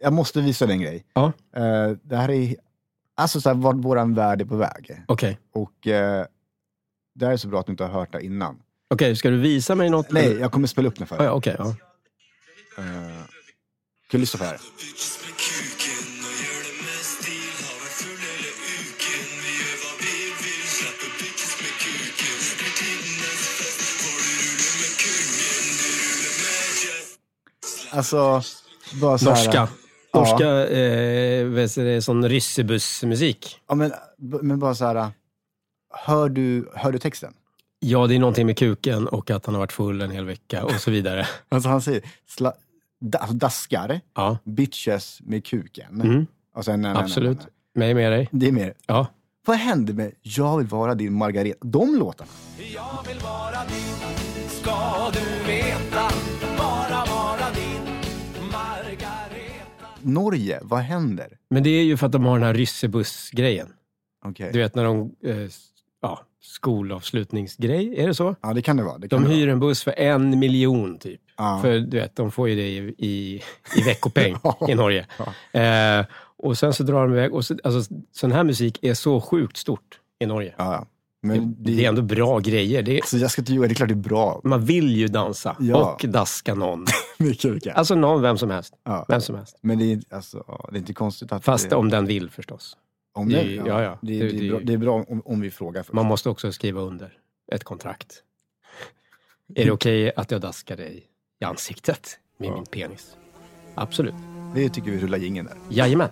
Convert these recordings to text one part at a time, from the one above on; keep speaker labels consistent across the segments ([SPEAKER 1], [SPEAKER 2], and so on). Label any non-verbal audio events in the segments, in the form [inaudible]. [SPEAKER 1] jag måste visa dig en grej.
[SPEAKER 2] Ja.
[SPEAKER 1] Eh, det här är alltså så här, vart vår värld är på väg.
[SPEAKER 2] Okej.
[SPEAKER 1] Och eh, det här är så bra att du inte har hört det innan.
[SPEAKER 2] Okej, ska du visa mig något?
[SPEAKER 1] Nej, jag kommer spela upp den för
[SPEAKER 2] Ah,
[SPEAKER 1] dig.
[SPEAKER 2] ja, okej. ja.
[SPEAKER 1] Eh, Kan du lyssna på det här? Alltså, bara så här-
[SPEAKER 2] Norska.
[SPEAKER 1] Ja.
[SPEAKER 2] Norska, eh, vad heter det, sån ryssebussmusik.
[SPEAKER 1] Ja, men, men bara så här. Hör du, hör du texten?
[SPEAKER 2] Ja, det är någonting med kuken och att han har varit full en hel vecka och så vidare.
[SPEAKER 1] Alltså han säger sla, da, alltså, daskar,
[SPEAKER 2] Ja,
[SPEAKER 1] bitches med kuken.
[SPEAKER 2] Mm.
[SPEAKER 1] Och sen, nej, nej,
[SPEAKER 2] absolut.
[SPEAKER 1] Nej,
[SPEAKER 2] Mig med dig.
[SPEAKER 1] nej. Det är mer,
[SPEAKER 2] Ja.
[SPEAKER 1] vad hände med Jag vill vara din Margareta? De låtarna.
[SPEAKER 3] Jag vill vara din, ska du veta. Bara vara din, Margareta.
[SPEAKER 1] Norge, vad händer?
[SPEAKER 2] Men det är ju för att de har den här ryssebuss-grejen.
[SPEAKER 1] Okej.
[SPEAKER 2] Du vet när de... Eh, ja, skolavslutningsgrej, är det så?
[SPEAKER 1] Ja, det kan det vara. Det kan
[SPEAKER 2] De
[SPEAKER 1] det
[SPEAKER 2] hyr en buss för en miljon typ.
[SPEAKER 1] vara. Ja.
[SPEAKER 2] För du vet, de får ju det i, i, i veckopeng
[SPEAKER 1] [laughs] Ja.
[SPEAKER 2] i Norge. Eh, och sen så drar de iväg. Och så, alltså, sån här musik är så sjukt stort i Norge.
[SPEAKER 1] Ja, ja.
[SPEAKER 2] Det,
[SPEAKER 1] Men det,
[SPEAKER 2] det är ändå bra grejer. Det, är-
[SPEAKER 1] så jag ska inte ljuga, det är klart det är bra. [laughs]
[SPEAKER 2] man vill ju dansa
[SPEAKER 1] Ja.
[SPEAKER 2] och daska någon.
[SPEAKER 1] Med kuken.
[SPEAKER 2] Alltså någon, vem som helst.
[SPEAKER 1] Ja.
[SPEAKER 2] Vem som helst.
[SPEAKER 1] Men det är, inte- alltså, ja, det är inte konstigt att...
[SPEAKER 2] Fast
[SPEAKER 1] det,
[SPEAKER 2] om den vill förstås.
[SPEAKER 1] om
[SPEAKER 2] det-
[SPEAKER 1] det,
[SPEAKER 2] ja, ja.
[SPEAKER 1] Det,
[SPEAKER 2] Det-
[SPEAKER 1] det,
[SPEAKER 2] det-
[SPEAKER 1] är bra, det är bra om, om vi frågar först.
[SPEAKER 2] Man måste också skriva under ett kontrakt. Är det
[SPEAKER 1] Mm.
[SPEAKER 2] okej att jag daskar dig i ansiktet med min penis? Absolut.
[SPEAKER 1] Det tycker vi rullar jingeln där.
[SPEAKER 2] Jajamän.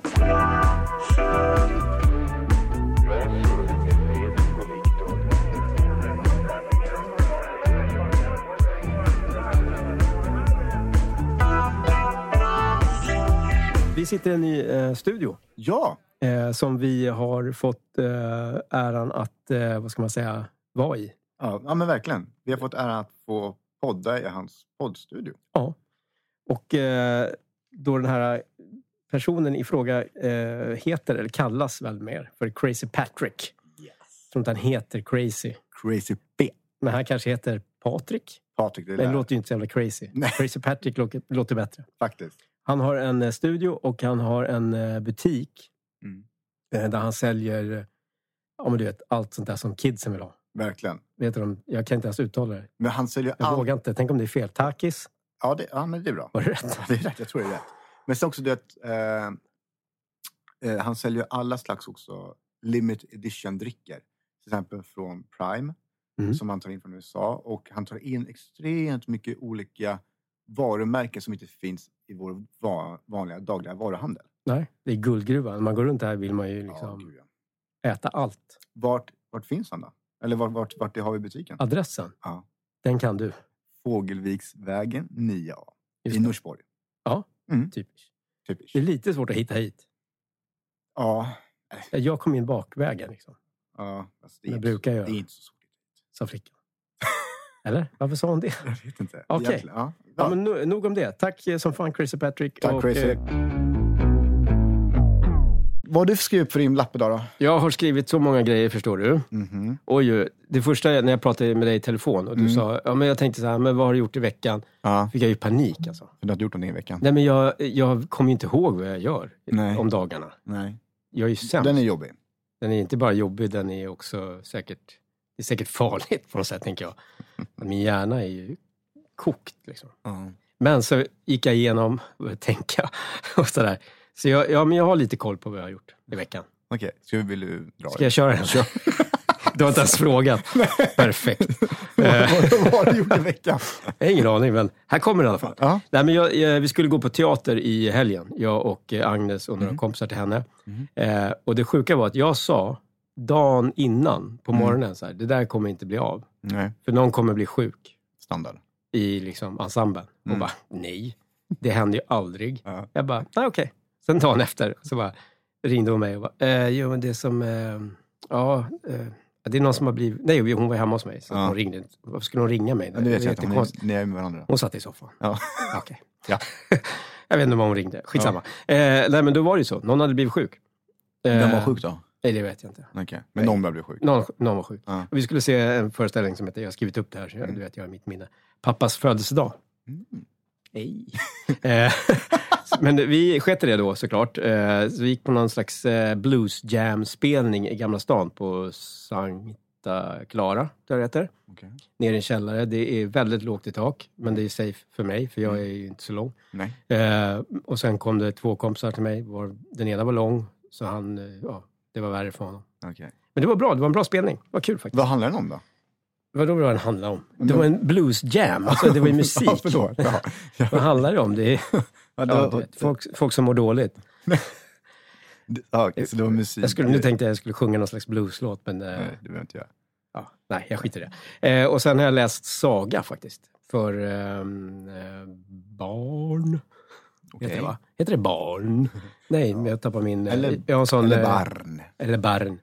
[SPEAKER 2] Vi sitter i en ny eh, studio
[SPEAKER 1] Ja,
[SPEAKER 2] eh, som vi har fått eh, äran att, eh, vad ska man säga, vara i.
[SPEAKER 1] ja, ja men verkligen. Vi har fått äran att få podda i hans poddstudio.
[SPEAKER 2] Ja. Och eh, då den här personen i fråga eh, heter, eller kallas väl mer, för Crazy Patrick. Jag tror inte han heter Crazy.
[SPEAKER 1] Crazy B.
[SPEAKER 2] Men han kanske heter Patrik.
[SPEAKER 1] Patrik, det
[SPEAKER 2] Men det
[SPEAKER 1] lär
[SPEAKER 2] låter ju inte så jävla crazy.
[SPEAKER 1] Nej.
[SPEAKER 2] Crazy Patrick låter, låter bättre.
[SPEAKER 1] faktiskt.
[SPEAKER 2] Han har en eh, studio och han har en eh, butik
[SPEAKER 1] Mm.
[SPEAKER 2] eh, där han säljer eh, ja, men du vet, allt sånt där som kidsen vill ha.
[SPEAKER 1] Verkligen.
[SPEAKER 2] Vet du, de- jag kan inte ens uttala det.
[SPEAKER 1] Men han säljer
[SPEAKER 2] Jag
[SPEAKER 1] allt.
[SPEAKER 2] vågar inte. Tänk om det är fel. Takis.
[SPEAKER 1] Ja, det, ja, men det är bra.
[SPEAKER 2] Var det rätt?
[SPEAKER 1] Ja, det är rätt. Jag tror det är rätt. Men sen också, du vet, eh, eh, han säljer ju alla slags också limit edition-drycker. Till exempel från Prime,
[SPEAKER 2] Mm.
[SPEAKER 1] som han tar in från USA. Och han tar in extremt mycket olika varumärken som inte finns i vår va- vanliga dagliga varuhandel.
[SPEAKER 2] Nej, det är guldgruvan. När man går runt här vill man ju
[SPEAKER 1] Ja,
[SPEAKER 2] liksom
[SPEAKER 1] gud, ja.
[SPEAKER 2] äta allt.
[SPEAKER 1] vart, vart finns han då? Eller vart, vart, vart det har vi butiken?
[SPEAKER 2] Adressen,
[SPEAKER 1] Ja.
[SPEAKER 2] den kan du.
[SPEAKER 1] Fågelviksvägen 9A
[SPEAKER 2] Just
[SPEAKER 1] i
[SPEAKER 2] det.
[SPEAKER 1] Norsborg.
[SPEAKER 2] Typ.
[SPEAKER 1] Typiskt.
[SPEAKER 2] Det är lite svårt att hitta hit.
[SPEAKER 1] Ja,
[SPEAKER 2] Jag kom in bakvägen, liksom,
[SPEAKER 1] ja alltså det,
[SPEAKER 2] som
[SPEAKER 1] är inte,
[SPEAKER 2] jag
[SPEAKER 1] så-
[SPEAKER 2] brukar
[SPEAKER 1] det är
[SPEAKER 2] göra,
[SPEAKER 1] inte så svårt. [laughs]
[SPEAKER 2] sa flickan. Eller? Varför sa hon det?
[SPEAKER 1] Jag vet inte.
[SPEAKER 2] Okej.
[SPEAKER 1] Egentligen, Ja.
[SPEAKER 2] Ja,
[SPEAKER 1] Ja.
[SPEAKER 2] men no- nog om det. Tack eh, som fan, Crazy Patrick.
[SPEAKER 1] Tack
[SPEAKER 2] Och,
[SPEAKER 1] Crazy.
[SPEAKER 2] eh,
[SPEAKER 1] Vad har du skrivit upp för din lapp idag då?
[SPEAKER 2] Jag har skrivit så många grejer, förstår du.
[SPEAKER 1] Mhm.
[SPEAKER 2] Oj, oj. det första är när jag pratade med dig i telefon och du
[SPEAKER 1] Mm.
[SPEAKER 2] sa, ja, men jag tänkte så här, men vad har du gjort i veckan?
[SPEAKER 1] Ja,
[SPEAKER 2] fick jag ju panik alltså.
[SPEAKER 1] för du har inte gjort någonting i veckan.
[SPEAKER 2] Nej, men jag, jag kommer ju inte ihåg vad jag gör
[SPEAKER 1] Nej.
[SPEAKER 2] om dagarna.
[SPEAKER 1] Nej.
[SPEAKER 2] Jag är ju sämst.
[SPEAKER 1] Den är jobbig.
[SPEAKER 2] Den är inte bara jobbig, den är också säkert, det är säkert farligt på något sätt, tänker jag. Min hjärna är ju kokt. Liksom.
[SPEAKER 1] Ja.
[SPEAKER 2] Men så gick jag igenom och började tänka [laughs] och sådär. Så jag, ja, men jag har lite koll på vad jag har gjort i veckan.
[SPEAKER 1] Okej, ska vi, vill du dra
[SPEAKER 2] Ska jag köra den? [laughs] Du har inte ens frågat. Perfekt. Eh,
[SPEAKER 1] [laughs] Vad [laughs] har du gjort i veckan?
[SPEAKER 2] jag har ingen aning, men här kommer den i alla fall.
[SPEAKER 1] Ja.
[SPEAKER 2] Nej, men jag, eh, vi skulle gå på teater i helgen, jag och eh, Agnes och några
[SPEAKER 1] Mm.
[SPEAKER 2] kompisar till henne. Eh, och det sjuka var att jag sa dagen innan på
[SPEAKER 1] Mm.
[SPEAKER 2] morgonen, så här, det där kommer inte bli av.
[SPEAKER 1] Nej,
[SPEAKER 2] För någon kommer bli sjuk
[SPEAKER 1] standard.
[SPEAKER 2] i liksom, ensemblen. Och
[SPEAKER 1] Mm.
[SPEAKER 2] bara, nej, det händer ju aldrig.
[SPEAKER 1] Ja.
[SPEAKER 2] Jag bara, nej okej. Sen dagen efter så bara ringde hon mig och bara, eh, jo men det är som, eh, ja, eh, det är någon som har blivit, nej hon var hemma hos mig. Så
[SPEAKER 1] Ja.
[SPEAKER 2] hon ringde inte. Varför skulle hon ringa mig?
[SPEAKER 1] Men det vet jag inte, om
[SPEAKER 2] jättekonstigt.
[SPEAKER 1] ni- ni är med varandra.
[SPEAKER 2] Hon satt i soffan.
[SPEAKER 1] Ja.
[SPEAKER 2] [laughs] Okej.
[SPEAKER 1] [laughs] Ja.
[SPEAKER 2] [laughs] jag vet inte vad hon ringde. Skitsamma. Eh, nej, men då var det ju så. Någon hade blivit sjuk. Eh,
[SPEAKER 1] Vem var sjuk då?
[SPEAKER 2] Nej, det vet jag inte.
[SPEAKER 1] Okej, Men någon började bli sjuk.
[SPEAKER 2] Någon, någon var sjuk.
[SPEAKER 1] Ja.
[SPEAKER 2] Vi skulle se en föreställning som heter, jag har skrivit upp det här, så jag, du vet, jag har mitt minne. Pappas födelsedag.
[SPEAKER 1] Mm.
[SPEAKER 2] Nej. [laughs] eh, Men vi sket i det då såklart. Eh, Så vi gick på någon slags eh, blues jam-spelning i Gamla stan på Sankta Clara, tror jag det heter.
[SPEAKER 1] Okej.
[SPEAKER 2] Ner i en källare. Det är väldigt lågt i tak, men det är safe för mig, för
[SPEAKER 1] Mm.
[SPEAKER 2] jag är ju inte så lång.
[SPEAKER 1] Nej.
[SPEAKER 2] Eh, och sen kom det två kompisar till mig. Var, den ena var lång, så han, eh, ja, det var värre för honom.
[SPEAKER 1] okej.
[SPEAKER 2] Men det var bra, det var en bra spelning. Det var kul faktiskt.
[SPEAKER 1] Vad handlar den om då?
[SPEAKER 2] Vadå vad den handlade om? Det var en bluesjam, alltså det var ju musik.
[SPEAKER 1] [laughs] Ja, förlåt. Ja.
[SPEAKER 2] Vad handlar det om? Det är
[SPEAKER 1] [laughs] Ja, det
[SPEAKER 2] ja,
[SPEAKER 1] var,
[SPEAKER 2] du vet, folk, folk som mår dåligt.
[SPEAKER 1] ja, okej, så det var musik.
[SPEAKER 2] Jag skulle, nu tänkte jag att jag skulle sjunga någon slags blueslåt, men eh,
[SPEAKER 1] Nej, det behöver inte jag.
[SPEAKER 2] ja, nej, jag skiter i det. Eh, och sen har jag läst saga faktiskt. För ehm, eh, barn. Heter,
[SPEAKER 1] Okej.
[SPEAKER 2] det, va? heter
[SPEAKER 1] [laughs]
[SPEAKER 2] det barn? Nej, men jag tappar min... eh,
[SPEAKER 1] Eller-
[SPEAKER 2] jag har en sån,
[SPEAKER 1] Eller
[SPEAKER 2] eh,
[SPEAKER 1] barn.
[SPEAKER 2] Eller barn.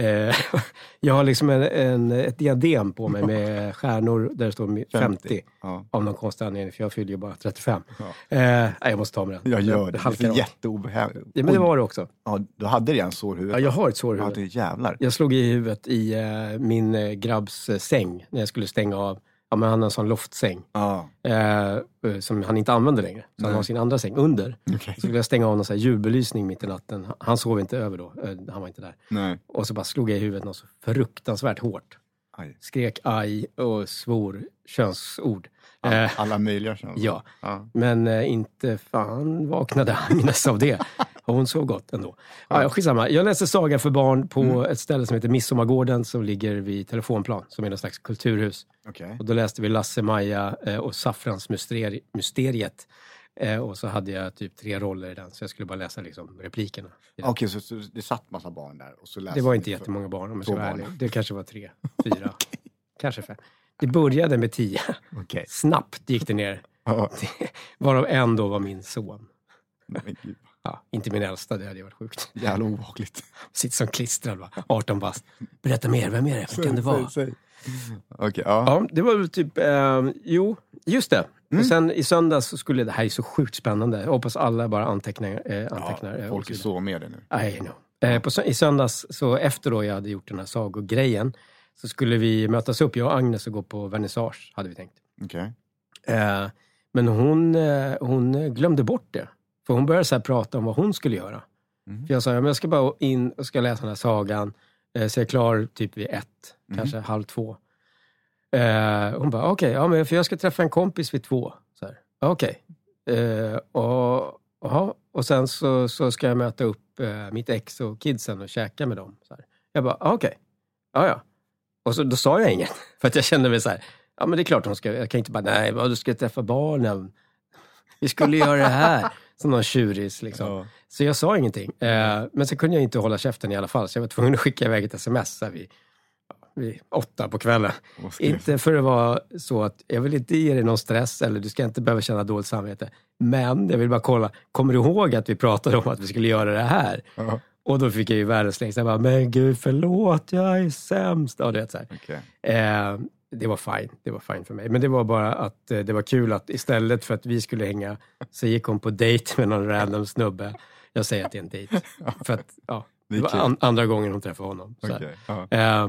[SPEAKER 2] Eh, [laughs] jag har liksom en, en, ett diadem på mig
[SPEAKER 1] [laughs]
[SPEAKER 2] med stjärnor där det står 50. 50
[SPEAKER 1] Ja.
[SPEAKER 2] av någon konstig anledning, för jag fyller ju bara 35.
[SPEAKER 1] Ja.
[SPEAKER 2] Eh, nej, jag måste ta med den.
[SPEAKER 1] Jag gör det.
[SPEAKER 2] det.
[SPEAKER 1] Det
[SPEAKER 2] halkar
[SPEAKER 1] är
[SPEAKER 2] av.
[SPEAKER 1] jätteobehagligt.
[SPEAKER 2] Ja, men det var det också.
[SPEAKER 1] Ja, du hade redan sår
[SPEAKER 2] Ja,
[SPEAKER 1] huvud.
[SPEAKER 2] jag har ett sår i
[SPEAKER 1] Ja,
[SPEAKER 2] huvudet.
[SPEAKER 1] det är jävlar.
[SPEAKER 2] Jag slog i huvudet i eh, min eh, grabbs eh, säng när jag skulle stänga av. Ja, men han har en sån loftsäng
[SPEAKER 1] Ja,
[SPEAKER 2] eh, eh, som han inte använder längre. Så han
[SPEAKER 1] Nej.
[SPEAKER 2] har sin andra säng under.
[SPEAKER 1] okej.
[SPEAKER 2] Så skulle jag stänga av någon sån här julbelysning mitt i natten. Han- Han sov inte över då. Eh, han var inte där.
[SPEAKER 1] Nej.
[SPEAKER 2] Och så bara slog jag i huvudet något så fruktansvärt hårt.
[SPEAKER 1] Aj.
[SPEAKER 2] Skrek aj och svor könsord.
[SPEAKER 1] Alla,
[SPEAKER 2] Eh,
[SPEAKER 1] alla möjliga känslor.
[SPEAKER 2] ja.
[SPEAKER 1] Ja.
[SPEAKER 2] Men eh, inte fan vaknade [laughs] Agnes av det. Hon sov gott ändå. Ja, ja, skitsamma. Jag läser saga för barn på ett ställe som heter Midsommargården som ligger vid Telefonplan, som är någon slags kulturhus.
[SPEAKER 1] Okej.
[SPEAKER 2] Och då läste vi Lasse-Maja eh, och Saffransmysteriet. Eh, Och så hade jag typ tre roller i den, så jag skulle bara läsa liksom replikerna. i den.
[SPEAKER 1] Okej, så, så det satt massa barn där och så läste
[SPEAKER 2] Det var
[SPEAKER 1] ni
[SPEAKER 2] inte
[SPEAKER 1] Alltså, för-
[SPEAKER 2] jättemånga barn om jag ska
[SPEAKER 1] Två
[SPEAKER 2] vara
[SPEAKER 1] barn.
[SPEAKER 2] ärlig. Det kanske var tre,
[SPEAKER 1] [laughs]
[SPEAKER 2] fyra, kanske fem. Det började med tio.
[SPEAKER 1] Okej.
[SPEAKER 2] Snabbt gick det ner.
[SPEAKER 1] Ja,
[SPEAKER 2] [laughs] Varav en då var min son.
[SPEAKER 1] men gud,
[SPEAKER 2] Ja, inte min äldsta, det hade ju varit sjukt. [laughs]
[SPEAKER 1] Jävla obehagligt.
[SPEAKER 2] Sitter som klistrad, va? 18 bast. Berätta mer, vem är det? Vem kan det vara?
[SPEAKER 1] Säg, säg. Okej, ja.
[SPEAKER 2] Ja, det var väl typ, eh, jo, just det.
[SPEAKER 1] Mm.
[SPEAKER 2] Och sen i söndags så skulle, det här är så sjukt spännande. Jag hoppas alla bara antecknar. Eh, antecknar eh,
[SPEAKER 1] folk är
[SPEAKER 2] och så
[SPEAKER 1] så med det nu.
[SPEAKER 2] vidare. I know. Eh, på, sö- I söndags, så efter då jag hade gjort den här sagogrejen, så skulle vi mötas upp, jag och Agnes, och gå på vernissage, hade vi tänkt.
[SPEAKER 1] Okej.
[SPEAKER 2] Eh, men hon, eh, hon glömde bort det. För hon började så här prata om vad hon skulle göra.
[SPEAKER 1] Mm.
[SPEAKER 2] För jag sa, ja, men jag ska bara in och ska läsa den här sagan. Eh, så jag är klar typ vid ett,
[SPEAKER 1] Mhm.
[SPEAKER 2] kanske halv två. Eh, hon bara, okej, ja, men för jag ska träffa en kompis vid två. Så här, "Ja, Okej. Eh, och, aha. och sen så, så ska jag möta upp eh, mitt ex och kidsen och käka med dem. Så här. Jag bara, "Ja, okej. Ja, ja. Och så, då sa jag inget. [laughs] För att jag kände mig så här, ja men det är klart hon ska, jag kan inte bara, nej, vad, du ska träffa barnen. Vi skulle göra det här. Som någon tjuris liksom.
[SPEAKER 1] Ja.
[SPEAKER 2] Så jag sa ingenting. Eh, men så kunde jag inte hålla käften i alla fall, så jag var tvungen att skicka iväg ett sms så här vid, vid åtta på kvällen.
[SPEAKER 1] Och skrev-
[SPEAKER 2] Inte för att vara så att jag vill inte ge dig någon stress eller du ska inte behöva känna dåligt samvete. Men jag vill bara kolla, kommer du ihåg att vi pratade om att vi skulle göra det här?
[SPEAKER 1] [laughs] Ja,
[SPEAKER 2] Och då fick jag ju världens längst. Jag bara, men gud förlåt, jag är sämst. Ja, du vet, så här.
[SPEAKER 1] Okej.
[SPEAKER 2] Eh, det var fine. Det var fine för mig. Men det var bara att eh, det var kul att istället för att vi skulle hänga så gick hon på dejt med någon random snubbe. Jag säger att det är
[SPEAKER 1] [laughs]
[SPEAKER 2] en dejt. För att, ja,
[SPEAKER 1] Det
[SPEAKER 2] det
[SPEAKER 1] är
[SPEAKER 2] var
[SPEAKER 1] kul.
[SPEAKER 2] an- andra gången hon träffade honom. Så här.
[SPEAKER 1] Okej, ja.
[SPEAKER 2] Eh,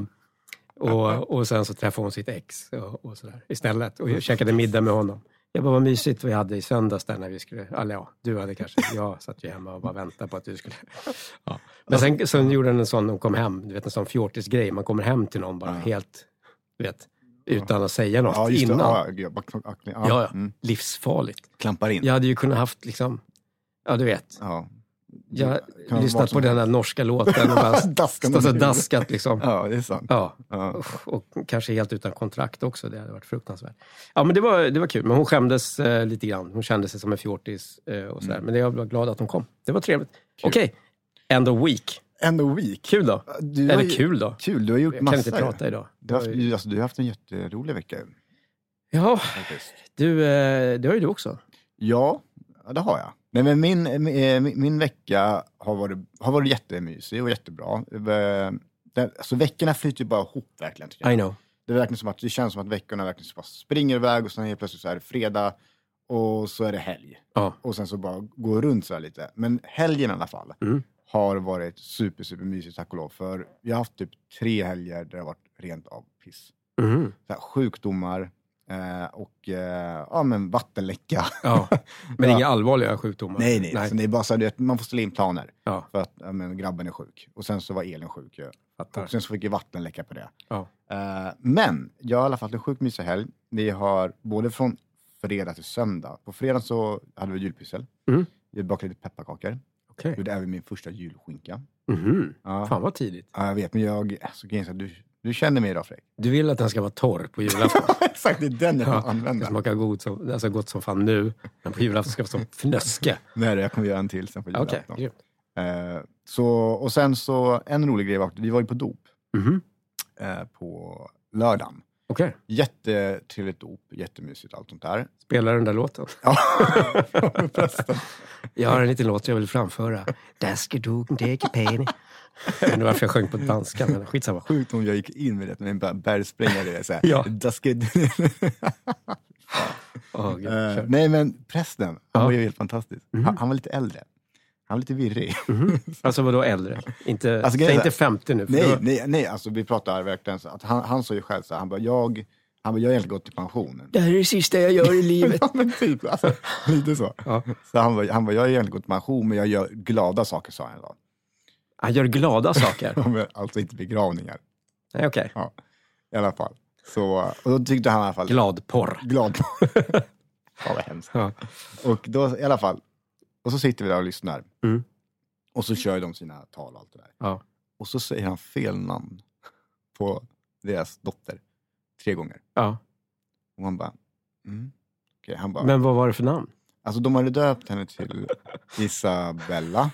[SPEAKER 2] och, och sen så träffade hon sitt ex och, och sådär istället. Och jag käkade middag med honom. Jag bara, vad mysigt vi hade i söndags där när vi skulle, eller ja, du hade kanske, jag satt ju hemma och bara väntade på att du skulle. Ja. Men sen, sen gjorde hon en sån, hon kom hem, du vet en sån fjortisgrej, man kommer hem till någon bara
[SPEAKER 1] Ja.
[SPEAKER 2] helt, du vet, utan att säga något
[SPEAKER 1] Ja, just det.
[SPEAKER 2] innan. Ja,
[SPEAKER 1] Ja, gud, jag bara knack- knack- knack.
[SPEAKER 2] ja.
[SPEAKER 1] Mm.
[SPEAKER 2] Livsfarligt.
[SPEAKER 1] Klampar in.
[SPEAKER 2] Jag hade ju kunnat haft liksom, ja du vet,
[SPEAKER 1] Ja. Kan
[SPEAKER 2] jag
[SPEAKER 1] vara vad
[SPEAKER 2] lyssnat
[SPEAKER 1] som
[SPEAKER 2] på den där
[SPEAKER 1] helst.
[SPEAKER 2] norska låten
[SPEAKER 1] [laughs]
[SPEAKER 2] och bara
[SPEAKER 1] Daskan
[SPEAKER 2] stått och
[SPEAKER 1] under huvudet.
[SPEAKER 2] daskat liksom.
[SPEAKER 1] Ja, det är sant.
[SPEAKER 2] Ja.
[SPEAKER 1] Ja.
[SPEAKER 2] Usch, Och kanske helt utan kontrakt också. Det hade varit fruktansvärt. Ja, men det var, det var kul. Men hon skämdes eh, lite grann. Hon kände sig som en fjortis eh, och
[SPEAKER 1] Mm.
[SPEAKER 2] sådär. Men jag var glad att hon kom. Det var trevligt. Okej, end of week.
[SPEAKER 1] End of week.
[SPEAKER 2] Kul då.
[SPEAKER 1] Du har
[SPEAKER 2] Eller
[SPEAKER 1] ju-
[SPEAKER 2] kul då.
[SPEAKER 1] Kul, du har gjort
[SPEAKER 2] Jag kan
[SPEAKER 1] massa.
[SPEAKER 2] inte prata idag.
[SPEAKER 1] Du har, haft, du, alltså, du har haft en jätterolig vecka.
[SPEAKER 2] Ja,
[SPEAKER 1] Faktiskt.
[SPEAKER 2] du, eh, det har ju du också.
[SPEAKER 1] Ja, ja, det har jag. Nej, men min, eh, min, min vecka har varit, har varit jättemysig och jättebra. Eh, Den, alltså, veckorna flyter ju bara ihop verkligen. Tycker jag.
[SPEAKER 2] I know.
[SPEAKER 1] Det, är verkligen som att, det känns som att veckorna verkligen bara springer iväg och sen helt plötsligt så är det fredag och så är det helg.
[SPEAKER 2] Ja.
[SPEAKER 1] Och sen så bara går runt så här lite. Men helgen i alla fall
[SPEAKER 2] Mm.
[SPEAKER 1] har varit super, super mysig tack och lov. För jag har haft typ tre helger där det har varit rent av piss.
[SPEAKER 2] Mhm.
[SPEAKER 1] Så här, sjukdomar, Eh, och eh, ja, men vattenläcka. [laughs]
[SPEAKER 2] Ja. Men
[SPEAKER 1] Ja.
[SPEAKER 2] inga allvarliga sjukdomar?
[SPEAKER 1] Nej, [laughs] nej.
[SPEAKER 2] nej.
[SPEAKER 1] Så det är bara så här, du vet, man får ställa in planer.
[SPEAKER 2] Ja.
[SPEAKER 1] För att ja, men, grabben är sjuk. Och sen så var elen sjuk. ju.
[SPEAKER 2] Fattar.
[SPEAKER 1] Och sen så fick ju vatten läcka på det.
[SPEAKER 2] Ja.
[SPEAKER 1] Eh, men jag har i alla fall en sjukt mysig helg. Vi har både från fredag till söndag. På fredag så hade vi julpyssel.
[SPEAKER 2] Mm.
[SPEAKER 1] Vi bakade lite pepparkakor.
[SPEAKER 2] Okej.
[SPEAKER 1] Gjorde även min första julskinka.
[SPEAKER 2] Mhm.
[SPEAKER 1] Ja.
[SPEAKER 2] Fan vad tidigt.
[SPEAKER 1] Ja, jag vet, men jag... Alltså, grejen är så här, du, du känner mig idag Fredrik. [laughs]
[SPEAKER 2] Du vill att den ska vara torr på julafton?
[SPEAKER 1] Exakt, det är den jag
[SPEAKER 2] Ja,
[SPEAKER 1] kommer använda.
[SPEAKER 2] Den smakar god som, alltså gott som fan nu, men på julafton ska det vara som fnöske.
[SPEAKER 1] Nej, det- jag kommer göra en till sen på
[SPEAKER 2] Okej,
[SPEAKER 1] julafton.
[SPEAKER 2] grymt.
[SPEAKER 1] Eh, så, och sen så, en rolig grej var att vi var ju på dop
[SPEAKER 2] Mhm.
[SPEAKER 1] eh, på lördagen.
[SPEAKER 2] Okej,
[SPEAKER 1] Jättetrevligt dop, jättemysigt allt sånt där. [laughs]
[SPEAKER 2] spela den där låten.
[SPEAKER 1] Ja, från prästen.
[SPEAKER 2] Jag har en liten låt jag vill framföra. Daske dogen deke peni. Jag vet inte varför jag sjöng på danska, men skitsamma.
[SPEAKER 1] Sjukt om jag gick in med det, men en bergsprängare. det är Så här.
[SPEAKER 2] [laughs] Ja.
[SPEAKER 1] Daskid. [laughs]
[SPEAKER 2] Åh, gud,
[SPEAKER 1] Eh,
[SPEAKER 2] kör.
[SPEAKER 1] nej, men prästen, han
[SPEAKER 2] Ja.
[SPEAKER 1] var ju helt fantastisk. Han, han var lite äldre. Han var lite virrig.
[SPEAKER 2] Mhm. Alltså vadå äldre? Inte,
[SPEAKER 1] Alltså, grejen
[SPEAKER 2] säg
[SPEAKER 1] är-
[SPEAKER 2] inte 50 nu. För
[SPEAKER 1] Nej,
[SPEAKER 2] då,
[SPEAKER 1] nej, nej, alltså vi pratar verkligen så. Att han, han sa ju själv så här, han bara, jag, han bara, jag har egentligen gått i pension.
[SPEAKER 2] det här är det sista jag gör i
[SPEAKER 1] [laughs]
[SPEAKER 2] livet.
[SPEAKER 1] Ja, men typ, alltså, lite så.
[SPEAKER 2] [laughs] Ja.
[SPEAKER 1] så han, bara, han bara, jag har egentligen gått i pension, men jag gör glada saker, sa han idag.
[SPEAKER 2] Han gör glada saker.
[SPEAKER 1] [laughs]
[SPEAKER 2] [laughs]
[SPEAKER 1] Ja, men Alltså inte begravningar,
[SPEAKER 2] Nej, Okej,
[SPEAKER 1] i alla fall. Så, och då tyckte han i alla fall,
[SPEAKER 2] gladporr.
[SPEAKER 1] glad.
[SPEAKER 2] [laughs]
[SPEAKER 1] ja, vad hemskt.
[SPEAKER 2] Ja.
[SPEAKER 1] Och då, i alla fall, och så sitter vi där och lyssnar.
[SPEAKER 2] Mm.
[SPEAKER 1] Och så kör de sina tal och allt det där.
[SPEAKER 2] Ja.
[SPEAKER 1] Och så säger han fel namn på deras dotter, tre gånger.
[SPEAKER 2] Ja.
[SPEAKER 1] Och man bara, mm. Okej, han bara,
[SPEAKER 2] Men vad var det för namn?
[SPEAKER 1] alltså de hade döpt henne till
[SPEAKER 2] [laughs]
[SPEAKER 1] Isabella.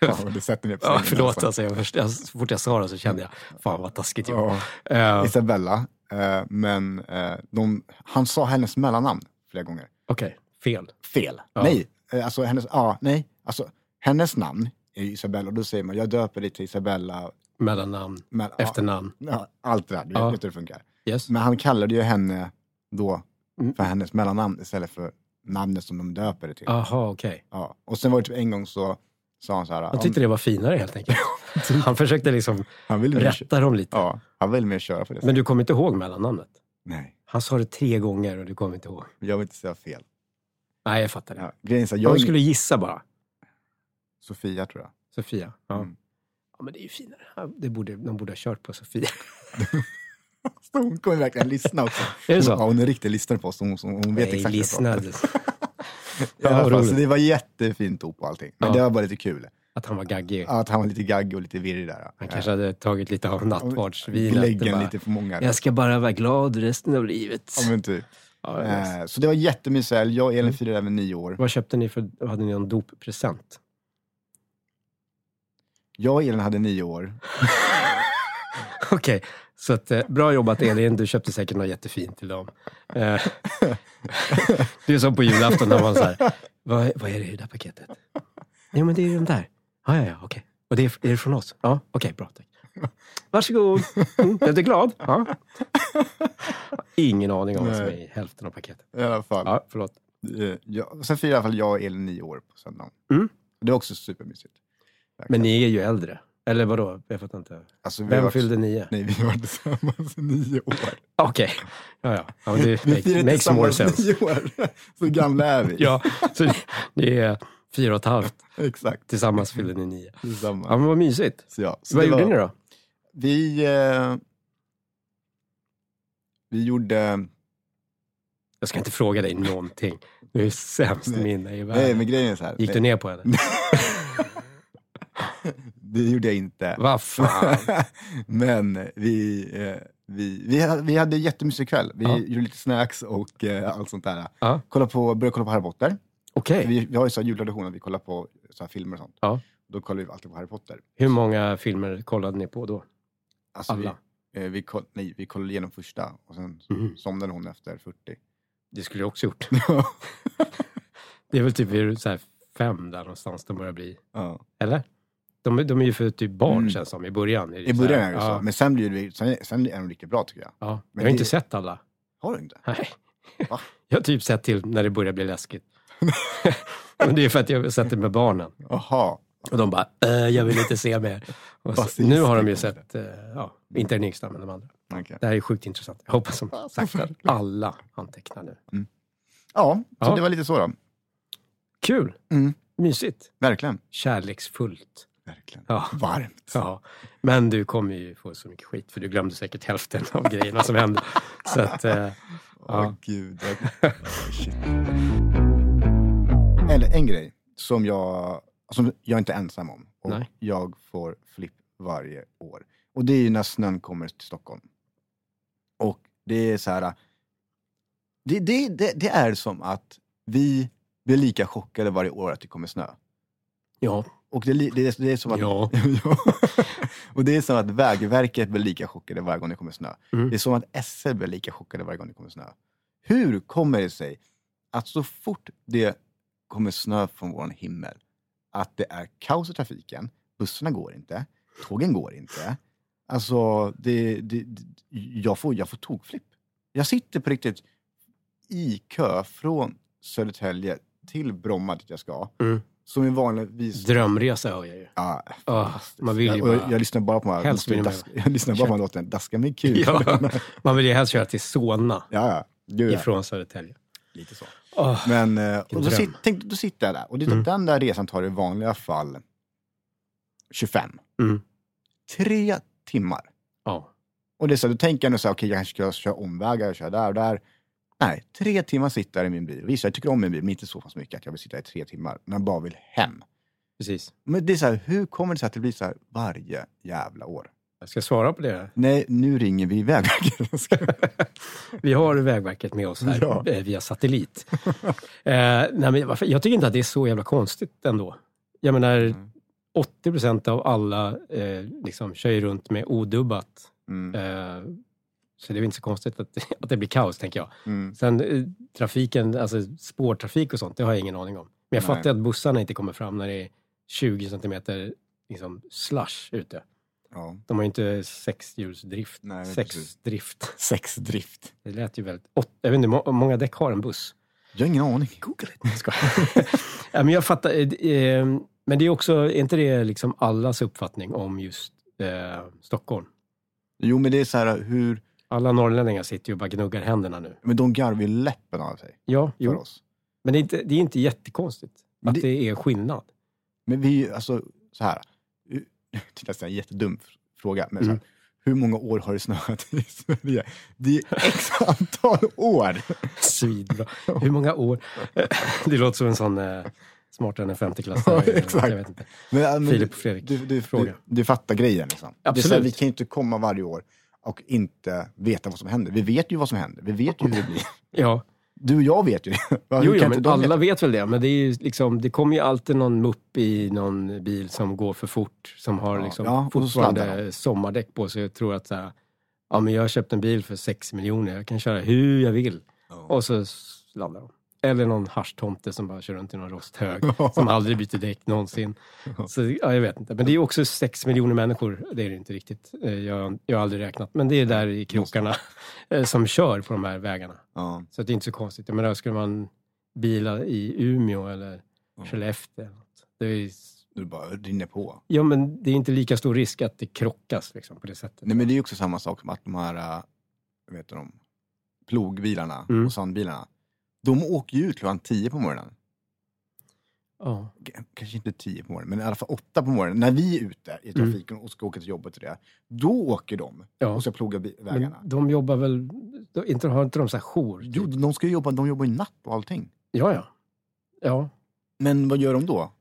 [SPEAKER 1] Fan, vad du sätter mig på
[SPEAKER 2] Ja,
[SPEAKER 1] sängen,
[SPEAKER 2] förlåt,
[SPEAKER 1] alltså.
[SPEAKER 2] alltså, jag, först- jag, så fort jag sa det så kände jag, fan vad taskigt gjort.
[SPEAKER 1] Ja,
[SPEAKER 2] Eh,
[SPEAKER 1] Isabella. Eh, men eh, de, han sa hennes mellannamn flera gånger.
[SPEAKER 2] Okej, fel.
[SPEAKER 1] Fel.
[SPEAKER 2] Ja.
[SPEAKER 1] Nej, eh, alltså hennes, ja, nej. Alltså, hennes namn är ju Isabella och då säger man, jag döper dig till Isabella.
[SPEAKER 2] Mellannamn,
[SPEAKER 1] Men,
[SPEAKER 2] efternamn.
[SPEAKER 1] Ja, ja, allt det där, du vet-
[SPEAKER 2] Ja.
[SPEAKER 1] vet hur det funkar.
[SPEAKER 2] Yes.
[SPEAKER 1] Men han kallade ju henne då
[SPEAKER 2] Mm.
[SPEAKER 1] för hennes mellannamn istället för namnet som de döper det till.
[SPEAKER 2] Aha, okej.
[SPEAKER 1] Ja. Och sen var det typ en gång så sa han så här,
[SPEAKER 2] Han tyckte det var finare
[SPEAKER 1] [laughs]
[SPEAKER 2] helt enkelt. Han försökte liksom
[SPEAKER 1] han vill mer,
[SPEAKER 2] rätta dem lite.
[SPEAKER 1] typ. ja, han vill mer köra på det
[SPEAKER 2] Men du kommer inte ihåg mellannamnet?
[SPEAKER 1] Nej,
[SPEAKER 2] Han sa det tre gånger och du kommer inte ihåg.
[SPEAKER 1] jag vill inte säga fel.
[SPEAKER 2] Nej, jag fattar det.
[SPEAKER 1] Ja. Grejen är så här,
[SPEAKER 2] Jag
[SPEAKER 1] jag
[SPEAKER 2] skulle gissa bara.
[SPEAKER 1] Sofia tror jag.
[SPEAKER 2] Sofia. Ja.
[SPEAKER 1] Mm.
[SPEAKER 2] ja, men det är ju finare. Ja, Det borde, de borde ha kört på Sofia.
[SPEAKER 1] Så hon kommer verkligen lyssna också.
[SPEAKER 2] [laughs] Är det så?
[SPEAKER 1] [laughs] Ja, hon är riktigt lyssnare på oss. Hon, hon, hon vet
[SPEAKER 2] Nej,
[SPEAKER 1] exakt vad jag pratar om.
[SPEAKER 2] lyssnade. [laughs]
[SPEAKER 1] I alla
[SPEAKER 2] Ja,
[SPEAKER 1] fall, så
[SPEAKER 2] roligt.
[SPEAKER 1] det var jättefint dop och allting. Men
[SPEAKER 2] Ja.
[SPEAKER 1] det var bara lite kul.
[SPEAKER 2] Att han var gaggig.
[SPEAKER 1] Att han var lite gaggig och lite virrig där.
[SPEAKER 2] Han kanske hade tagit lite av nattvardsvinet. och
[SPEAKER 1] Gläggen
[SPEAKER 2] bara,
[SPEAKER 1] lite för många.
[SPEAKER 2] Jag ska bara vara glad resten av livet.
[SPEAKER 1] Ja, men typ.
[SPEAKER 2] Ja, jag vet.
[SPEAKER 1] Eh, Så det var jättemysig helg. Jag och
[SPEAKER 2] Mm.
[SPEAKER 1] Elin firade även nio år.
[SPEAKER 2] Vad köpte ni för, hade ni någon doppresent? [laughs]
[SPEAKER 1] Jag och Elin hade nio år.
[SPEAKER 2] [laughs] Okej, så att, eh, bra jobbat Elin. Du köpte säkert något jättefint till dem. Eh, [laughs] det är som på julafton när man så här, vad, vad är det i det där paketet? Jo, men det är ju de där. Ja, ja, ja, okej. Och det är, är det från oss? Ja, okej, bra tack. Varsågod. Mm, blev du glad? Ja. Ingen aning om vad som är i hälften av paketet.
[SPEAKER 1] I alla fall.
[SPEAKER 2] Ja, förlåt.
[SPEAKER 1] Eh, Jag, sen firade i alla fall jag och Elin nio år på söndagen.
[SPEAKER 2] Mm.
[SPEAKER 1] Det var också supermysigt.
[SPEAKER 2] Men ni är ju äldre. Eller vadå? Jag fattar inte.
[SPEAKER 1] Alltså, vi har
[SPEAKER 2] Vem
[SPEAKER 1] varit-
[SPEAKER 2] fyllde nio?
[SPEAKER 1] Nej, vi har varit tillsammans i nio år.
[SPEAKER 2] Okej. Ja, ja. ja men det
[SPEAKER 1] [laughs] Vi
[SPEAKER 2] make,
[SPEAKER 1] firade
[SPEAKER 2] makes more
[SPEAKER 1] tillsammans
[SPEAKER 2] sense.
[SPEAKER 1] nio år. Så gamla är vi.
[SPEAKER 2] [laughs] Ja, så det, det är fyra och ett halvt.
[SPEAKER 1] Exakt.
[SPEAKER 2] Tillsammans fyllde ni nio.
[SPEAKER 1] Tillsammans.
[SPEAKER 2] Ja, men vad mysigt.
[SPEAKER 1] Så ja, så
[SPEAKER 2] vad
[SPEAKER 1] det
[SPEAKER 2] gjorde
[SPEAKER 1] var-
[SPEAKER 2] ni då?
[SPEAKER 1] Vi, eh, vi gjorde...
[SPEAKER 2] Jag ska inte fråga dig någonting. Du är sämst
[SPEAKER 1] Nej.
[SPEAKER 2] minne
[SPEAKER 1] Nej,
[SPEAKER 2] i världen.
[SPEAKER 1] men grejen är så här.
[SPEAKER 2] Gick du ner på henne?
[SPEAKER 1] Det gjorde jag inte.
[SPEAKER 2] Vad fan?
[SPEAKER 1] [laughs] men vi, eh, vi, vi, hade- vi hade jättemysig kväll. Vi
[SPEAKER 2] Ja.
[SPEAKER 1] gjorde lite snacks och eh, allt sånt där.
[SPEAKER 2] Ja.
[SPEAKER 1] Kolla på, började kolla på Harry Potter.
[SPEAKER 2] Okej.
[SPEAKER 1] Vi, vi har ju så här jultradition att vi kollar på så här filmer och sånt.
[SPEAKER 2] Ja.
[SPEAKER 1] Då kollar vi alltid på Harry Potter.
[SPEAKER 2] Hur många filmer kollade ni på då?
[SPEAKER 1] Alltså,
[SPEAKER 2] Alla?
[SPEAKER 1] Vi, eh, vi, koll, nej, vi kollade igenom första och sen
[SPEAKER 2] Mhm.
[SPEAKER 1] somnade hon efter
[SPEAKER 2] [laughs]
[SPEAKER 1] 40.
[SPEAKER 2] Det skulle jag också gjort. Det är väl typ vid så här fem där någonstans de börjar bli.
[SPEAKER 1] ja.
[SPEAKER 2] Eller? De, de är ju för typ barn
[SPEAKER 1] Mm.
[SPEAKER 2] känns som i början. Är det
[SPEAKER 1] I
[SPEAKER 2] så
[SPEAKER 1] början
[SPEAKER 2] här,
[SPEAKER 1] är det
[SPEAKER 2] ja,
[SPEAKER 1] så, men sen, blir det, sen, sen är de riktigt bra tycker jag.
[SPEAKER 2] Ja.
[SPEAKER 1] Men
[SPEAKER 2] jag har inte
[SPEAKER 1] det-
[SPEAKER 2] sett alla.
[SPEAKER 1] Har du inte?
[SPEAKER 2] Nej.
[SPEAKER 1] Va?
[SPEAKER 2] [laughs] Jag har typ sett till när det börjar bli läskigt. [laughs] Men det är för att jag har sett det med barnen.
[SPEAKER 1] Jaha.
[SPEAKER 2] Och de bara, äh, jag vill inte se mer. Och så,
[SPEAKER 1] Basilisken
[SPEAKER 2] nu har de ju
[SPEAKER 1] kom
[SPEAKER 2] sett, eh, ja, inte den yngsta men de andra.
[SPEAKER 1] Okej.
[SPEAKER 2] Det här är sjukt intressant. Jag hoppas som sagt
[SPEAKER 1] [laughs]
[SPEAKER 2] att alla antecknar nu.
[SPEAKER 1] Ja, så
[SPEAKER 2] Ja.
[SPEAKER 1] det var lite så då.
[SPEAKER 2] Kul!
[SPEAKER 1] Mm.
[SPEAKER 2] Mysigt.
[SPEAKER 1] Verkligen.
[SPEAKER 2] Kärleksfullt.
[SPEAKER 1] Verkligen.
[SPEAKER 2] Ja.
[SPEAKER 1] Varmt.
[SPEAKER 2] Ja, men du kommer ju få så mycket skit för du glömde säkert hälften av grejerna som hände. Så att, eh,
[SPEAKER 1] Åh
[SPEAKER 2] Ja.
[SPEAKER 1] gud.
[SPEAKER 2] [laughs]
[SPEAKER 1] Jag... Åh, shit. Eller en grej som jag, som jag inte är ensam om. Och
[SPEAKER 2] Nej.
[SPEAKER 1] Jag får flipp varje år. Och det är ju när snön kommer till Stockholm. Och det är så här. Det, det, det, det är som att vi blir lika chockade varje år att det kommer snö.
[SPEAKER 2] ja,
[SPEAKER 1] Och det, är li- det, är, det är som att
[SPEAKER 2] ja,
[SPEAKER 1] [laughs] Ja. och det är som att Vägverket blir lika chockade varje gång det kommer snö.
[SPEAKER 2] Mm.
[SPEAKER 1] Det är som att SL blir lika chockade varje gång det kommer snö. Hur kommer det sig att så fort det kommer snö från vår himmel, att det är kaos i trafiken, bussarna går inte, tågen går inte. Alltså, det, det, det, jag, får, jag får tokflipp. Jag sitter på riktigt i kö från Södertälje till Bromma dit jag ska,
[SPEAKER 2] Mm.
[SPEAKER 1] som är vanligtvis...
[SPEAKER 2] drömresa hör jag ju.
[SPEAKER 1] Ja,
[SPEAKER 2] Ah, man vill ju
[SPEAKER 1] jag, och jag,
[SPEAKER 2] bara,
[SPEAKER 1] jag lyssnar bara på den här,
[SPEAKER 2] Helst vill
[SPEAKER 1] måste
[SPEAKER 2] man
[SPEAKER 1] daska, jag lyssnar bara på den här låten, Daska mig kul.
[SPEAKER 2] Ja.
[SPEAKER 1] ja,
[SPEAKER 2] man vill ju helst köra till Solna
[SPEAKER 1] [laughs] ja. Gud, ja.
[SPEAKER 2] ifrån Södertälje.
[SPEAKER 1] Lite så.
[SPEAKER 2] Ah,
[SPEAKER 1] Men eh, och då,
[SPEAKER 2] dröm.
[SPEAKER 1] sit, tänk, då sitter jag där och det, typ
[SPEAKER 2] Mm.
[SPEAKER 1] den där resan tar i vanliga fall 25.
[SPEAKER 2] Mm.
[SPEAKER 1] Tre timmar.
[SPEAKER 2] ja.
[SPEAKER 1] Och det är så, här, då tänker jag nu så här, okej jag kanske ska köra omvägar, jag kör där och där. Nej, tre timmar sitter jag i min bil. Visst, jag tycker om min bil, men inte så pass mycket att jag vill sitta i tre timmar. När jag bara vill hem.
[SPEAKER 2] Precis.
[SPEAKER 1] Men det är så här, hur kommer det sig att det blir så här varje jävla år?
[SPEAKER 2] Jag ska svara på det. här.
[SPEAKER 1] Nej, nu ringer vi Vägverket.
[SPEAKER 2] [laughs] Vi har Vägverket med oss här
[SPEAKER 1] Ja.
[SPEAKER 2] eh,
[SPEAKER 1] [laughs]
[SPEAKER 2] via satellit. eh, nej, men varför- jag tycker inte att det är så jävla konstigt ändå. Jag menar,
[SPEAKER 1] Mm,
[SPEAKER 2] 80 procent av alla eh, liksom, kör ju runt med odubbat.
[SPEAKER 1] Mm,
[SPEAKER 2] Eh, Så det är väl inte så konstigt att, [laughs] att det blir kaos, tänker jag.
[SPEAKER 1] mm,
[SPEAKER 2] Sen eh, trafiken, alltså spårtrafik och sånt, det har jag ingen aning om. Men jag
[SPEAKER 1] Nej.
[SPEAKER 2] fattar att bussarna inte kommer fram när det är 20 centimeter liksom slush ute.
[SPEAKER 1] ja.
[SPEAKER 2] De har ju inte sexhjulsdrift.
[SPEAKER 1] Nej, men
[SPEAKER 2] Sexdrift.
[SPEAKER 1] [laughs] Sexdrift.
[SPEAKER 2] Det lät ju väldigt... Åt, jag vet inte, må- många däck har en buss? [laughs]
[SPEAKER 1] Jag har ingen aning.
[SPEAKER 2] Google it. Jag skojar. [laughs] ja, men jag fattar. eh, eh, Men det är också, är inte det liksom allas uppfattning om just eh, Stockholm?
[SPEAKER 1] Jo, men det är så här hur...
[SPEAKER 2] Alla norrlänningar sitter ju och bara gnuggar händerna nu.
[SPEAKER 1] Men de garvar ju läppen av sig
[SPEAKER 2] Ja,
[SPEAKER 1] för
[SPEAKER 2] jo.
[SPEAKER 1] oss.
[SPEAKER 2] Men det är inte, det är inte jättekonstigt
[SPEAKER 1] Men
[SPEAKER 2] att
[SPEAKER 1] det-
[SPEAKER 2] det... är skillnad.
[SPEAKER 1] Men vi, alltså så här. Titta, [laughs] det är en jättedum f- fråga. Men
[SPEAKER 2] Mm.
[SPEAKER 1] så här, hur många år har det snöat i Sverige? Det är [laughs] x antal år!
[SPEAKER 2] Svinbra. Hur många år? [laughs] Det låter som en sån eh, smartare än en femteklassare.
[SPEAKER 1] Ja, [laughs] exakt.
[SPEAKER 2] Jag vet inte.
[SPEAKER 1] Men, ja, men,
[SPEAKER 2] Filip och Fredrik,
[SPEAKER 1] Du, du,
[SPEAKER 2] fråga.
[SPEAKER 1] du, du fattar grejen. Liksom. Det är så här,
[SPEAKER 2] Absolut.
[SPEAKER 1] vi kan ju inte komma varje år och inte veta vad som händer. Vi vet ju vad som händer. Vi vet ju hur det
[SPEAKER 2] [laughs]
[SPEAKER 1] blir.
[SPEAKER 2] Ja,
[SPEAKER 1] Du och jag vet ju det. [laughs] Va,
[SPEAKER 2] jo,
[SPEAKER 1] hur
[SPEAKER 2] jo,
[SPEAKER 1] kan
[SPEAKER 2] men
[SPEAKER 1] inte de veta?
[SPEAKER 2] alla vet väl det. Men det, är ju liksom, det kommer ju alltid någon mupp i någon bil som går för fort. Som har
[SPEAKER 1] Ja,
[SPEAKER 2] liksom
[SPEAKER 1] ja, och så sladdar
[SPEAKER 2] fortfarande sommardäck på sig och tror att så här, ja, men jag har köpt en bil för 6 miljoner. Jag kan köra hur jag vill. Och så sladdar de. Eller någon haschtomte som bara kör runt i
[SPEAKER 1] [laughs]
[SPEAKER 2] någon rosthög. som aldrig byter däck någonsin. Så, ja, jag vet inte. Men det är ju också sex miljoner människor. Det är det inte riktigt. Eh, Jag, jag har aldrig räknat. Men det är där i krokarna [laughs] eh, som kör på de här vägarna.
[SPEAKER 1] Ja.
[SPEAKER 2] Så att det är inte så konstigt. Jag menar, skulle man bila i Umeå eller
[SPEAKER 1] Ja.
[SPEAKER 2] Skellefteå. eller något, Det är, ju-
[SPEAKER 1] Du bara rinner på.
[SPEAKER 2] ja, men det är inte lika stor risk att det krockas liksom, på det sättet.
[SPEAKER 1] Nej, men det är ju också samma sak som att de här äh, vad heter de, plogbilarna
[SPEAKER 2] Mm.
[SPEAKER 1] och sandbilarna, de åker ju ut klockan 10 på morgonen.
[SPEAKER 2] Ja.
[SPEAKER 1] K- Kanske inte 10 på morgonen, men i alla fall 8 på morgonen. När vi är ute i
[SPEAKER 2] Mm.
[SPEAKER 1] trafiken och ska åka till jobbet och det, då åker de
[SPEAKER 2] ja. Mm.
[SPEAKER 1] och ska ploga bi-
[SPEAKER 2] Men
[SPEAKER 1] vägarna.
[SPEAKER 2] de jobbar väl... de- Inte, har inte de så här jour?
[SPEAKER 1] Jo,
[SPEAKER 2] typ?
[SPEAKER 1] de, ska ju jobba, de jobbar ju natt och allting.
[SPEAKER 2] Ja, ja. Ja,
[SPEAKER 1] Men vad gör de då?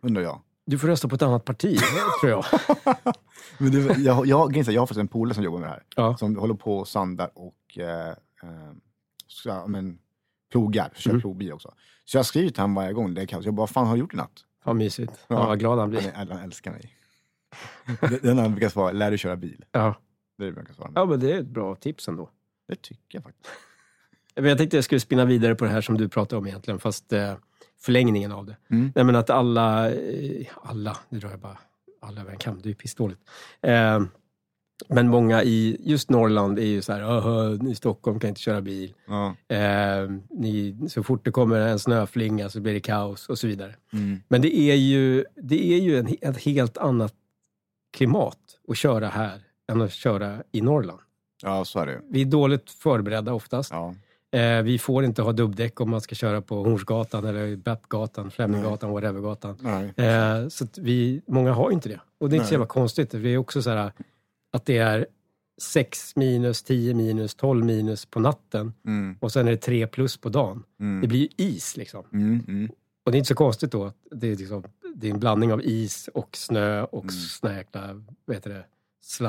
[SPEAKER 1] Undrar jag.
[SPEAKER 2] Du får rösta på ett annat [laughs] parti, tror jag.
[SPEAKER 1] Men det, jag, jag, jag, jag har faktiskt en polare som jobbar med det här.
[SPEAKER 2] Ja.
[SPEAKER 1] Som håller på och sandar och eh, eh, så, ja, men, plogar. Kör
[SPEAKER 2] Mm.
[SPEAKER 1] plogbil också. Så jag har skrivit till honom varje gång det är kaos. Jag bara, fan har du gjort i natt?
[SPEAKER 2] Vad mysigt.
[SPEAKER 1] Ja.
[SPEAKER 2] Ja. vad glad han
[SPEAKER 1] Han,
[SPEAKER 2] blir.
[SPEAKER 1] är- han älskar mig. Den- Den han brukar svara, lär du köra bil?
[SPEAKER 2] Ja.
[SPEAKER 1] Det är det han brukar svara.
[SPEAKER 2] ja, men det är ett bra tips ändå.
[SPEAKER 1] Det tycker jag faktiskt.
[SPEAKER 2] Men Jag tänkte jag skulle spinna vidare på det här som du pratade om egentligen, fast eh, förlängningen av det.
[SPEAKER 1] Mm.
[SPEAKER 2] Nej, men att alla, eh, alla, nu drar jag bara alla över en kam, det är ju pissdåligt. Eh, men många i just Norrland är ju så här, "Öhö, ni i Stockholm kan inte köra bil.
[SPEAKER 1] Ja.
[SPEAKER 2] Eh, ni, så fort det kommer en snöflinga så blir det kaos och så vidare.
[SPEAKER 1] Mm.
[SPEAKER 2] Men det är ju, det är ju en, ett helt annat klimat att köra här än att köra i Norrland.
[SPEAKER 1] Ja, så är det ju.
[SPEAKER 2] Vi är dåligt förberedda oftast.
[SPEAKER 1] Ja.
[SPEAKER 2] Eh, vi får inte ha dubbdäck om man ska köra på Hornsgatan eller Beppgatan, Fleminggatan, whatevergatan.
[SPEAKER 1] Nej.
[SPEAKER 2] Eh, så att vi, många har ju inte det. Och det är inte
[SPEAKER 1] Nej.
[SPEAKER 2] så jävla konstigt. Vi är också så här att det är 6 minus, 10 minus, 12 minus på natten
[SPEAKER 1] Mm,
[SPEAKER 2] och sen är det 3 plus på dagen. Det
[SPEAKER 1] mm,
[SPEAKER 2] blir ju is liksom.
[SPEAKER 1] mm, mm.
[SPEAKER 2] Och det är inte så konstigt då att det är, liksom, det är en blandning av is och snö och
[SPEAKER 1] Mm.
[SPEAKER 2] mm. snöjäkla, vad heter det,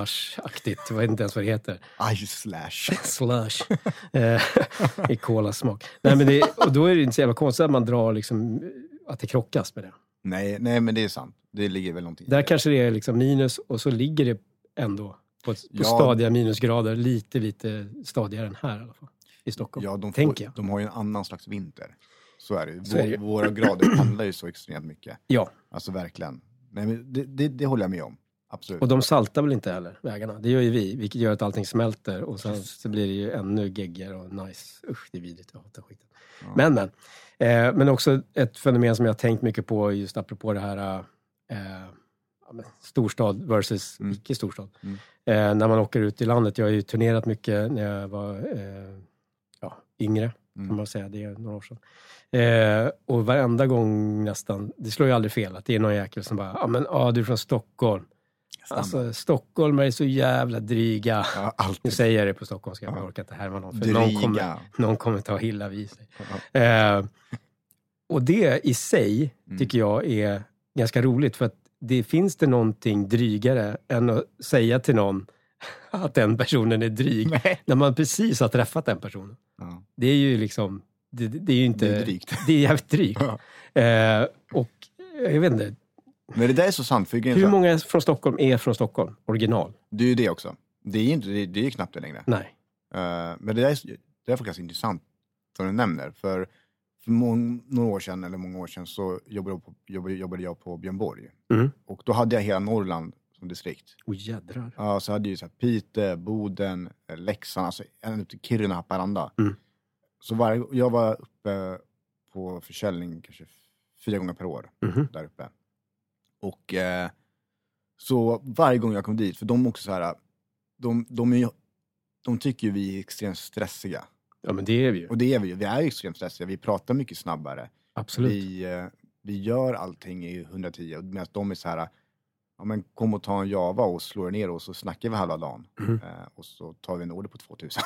[SPEAKER 2] slush-aktigt. Jag vet inte ens vad det heter.
[SPEAKER 1] Ice
[SPEAKER 2] [laughs]
[SPEAKER 1] slash.
[SPEAKER 2] Slush. Eh, I kolasmak. Nej, men det, och då är det inte så jävla konstigt att man drar liksom, att det krockas med det.
[SPEAKER 1] Nej, nej, men det är sant. Det ligger väl någonting i
[SPEAKER 2] Där
[SPEAKER 1] det.
[SPEAKER 2] kanske det är liksom minus och så ligger det ändå på, ett, på
[SPEAKER 1] Ja.
[SPEAKER 2] stadiga minusgrader. Lite, lite stadigare än här i alla fall. I Stockholm.
[SPEAKER 1] Ja, de,
[SPEAKER 2] tänker jag.
[SPEAKER 1] får, de har ju en annan slags vinter. Så är det ju.
[SPEAKER 2] Så är det ju.
[SPEAKER 1] Vå- Våra grader handlar ju så extremt mycket.
[SPEAKER 2] Ja.
[SPEAKER 1] Alltså verkligen. Nej, men det, det, det håller jag med om. Absolut.
[SPEAKER 2] Och de saltar väl inte heller vägarna? Det gör ju vi, vilket gör att allting smälter och sen så blir det ju ännu geggigare och nice. Usch, det är vidrigt. Jag hatar skiten.
[SPEAKER 1] Ja.
[SPEAKER 2] Men, men. Eh, men också ett fenomen som jag har tänkt mycket på just apropå det här eh, ja, men storstad versus
[SPEAKER 1] Mm.
[SPEAKER 2] icke storstad.
[SPEAKER 1] Mm.
[SPEAKER 2] Eh, när man åker ut i landet. Jag har ju turnerat mycket när jag var eh, ja, yngre kan
[SPEAKER 1] Mm.
[SPEAKER 2] man säga. Det är några år sedan. Eh, och varenda gång nästan, det slår ju aldrig fel att det är någon jäkel som bara, ja ah, men ah, du är från Stockholm.
[SPEAKER 1] Standard.
[SPEAKER 2] Alltså Stockholm är så jävla dryga.
[SPEAKER 1] ja,
[SPEAKER 2] Nu
[SPEAKER 1] alltid.
[SPEAKER 2] säger jag det på stockholmska, jag
[SPEAKER 1] Typ. Ja.
[SPEAKER 2] orkar inte härma någon. För någon kommer,
[SPEAKER 1] Dryga.
[SPEAKER 2] någon kommer ta illa vid sig.
[SPEAKER 1] Ja.
[SPEAKER 2] Eh, och det i sig
[SPEAKER 1] Mm.
[SPEAKER 2] tycker jag är ganska roligt. För att det finns det någonting drygare än att säga till någon [laughs] att den personen är dryg.
[SPEAKER 1] Nej.
[SPEAKER 2] När man precis har träffat den personen.
[SPEAKER 1] Ja.
[SPEAKER 2] Det är ju liksom, det, det det är ju inte...
[SPEAKER 1] Det är drygt.
[SPEAKER 2] [laughs] det är jävligt drygt.
[SPEAKER 1] Ja.
[SPEAKER 2] Eh, och eh, jag vet inte,
[SPEAKER 1] Men det där är så sant. För grejen är så
[SPEAKER 2] hur
[SPEAKER 1] här,
[SPEAKER 2] många från Stockholm är från Stockholm? Original?
[SPEAKER 1] det är ju det också. Det är ju inte, det, det är ju knappt det längre.
[SPEAKER 2] Nej.
[SPEAKER 1] Eh, men det där är, så- det där är faktiskt intressant som du nämner. För, för mång, några år sedan, eller många år sedan, så jobbade jag på, jobbade, jobbade jag på Björn Borg.
[SPEAKER 2] Mm.
[SPEAKER 1] Och då hade jag hela Norrland som distrikt.
[SPEAKER 2] Åh jädrar.
[SPEAKER 1] Ja, så hade jag ju så här Piteå, Boden, eh, Leksand, alltså ända upp till Kiruna, Haparanda.
[SPEAKER 2] Mm.
[SPEAKER 1] Så varje, jag var uppe på försäljning kanske fyra gånger per år
[SPEAKER 2] Mhm.
[SPEAKER 1] där uppe. Och eh, så varje gång jag kom dit, för de också så här, de, de, är, ju- de tycker ju vi är extremt stressiga.
[SPEAKER 2] Ja, men det är vi ju.
[SPEAKER 1] Och det är vi ju, vi är ju extremt stressiga, vi pratar mycket snabbare. [laughs]
[SPEAKER 2] Absolut.
[SPEAKER 1] Vi, eh, vi gör allting i 110, och medan de är så här, ja, men kom och ta en java och slå er ner och så snackar vi halva dagen.
[SPEAKER 2] Mhm.
[SPEAKER 1] Eh, och så tar vi en order på 2000.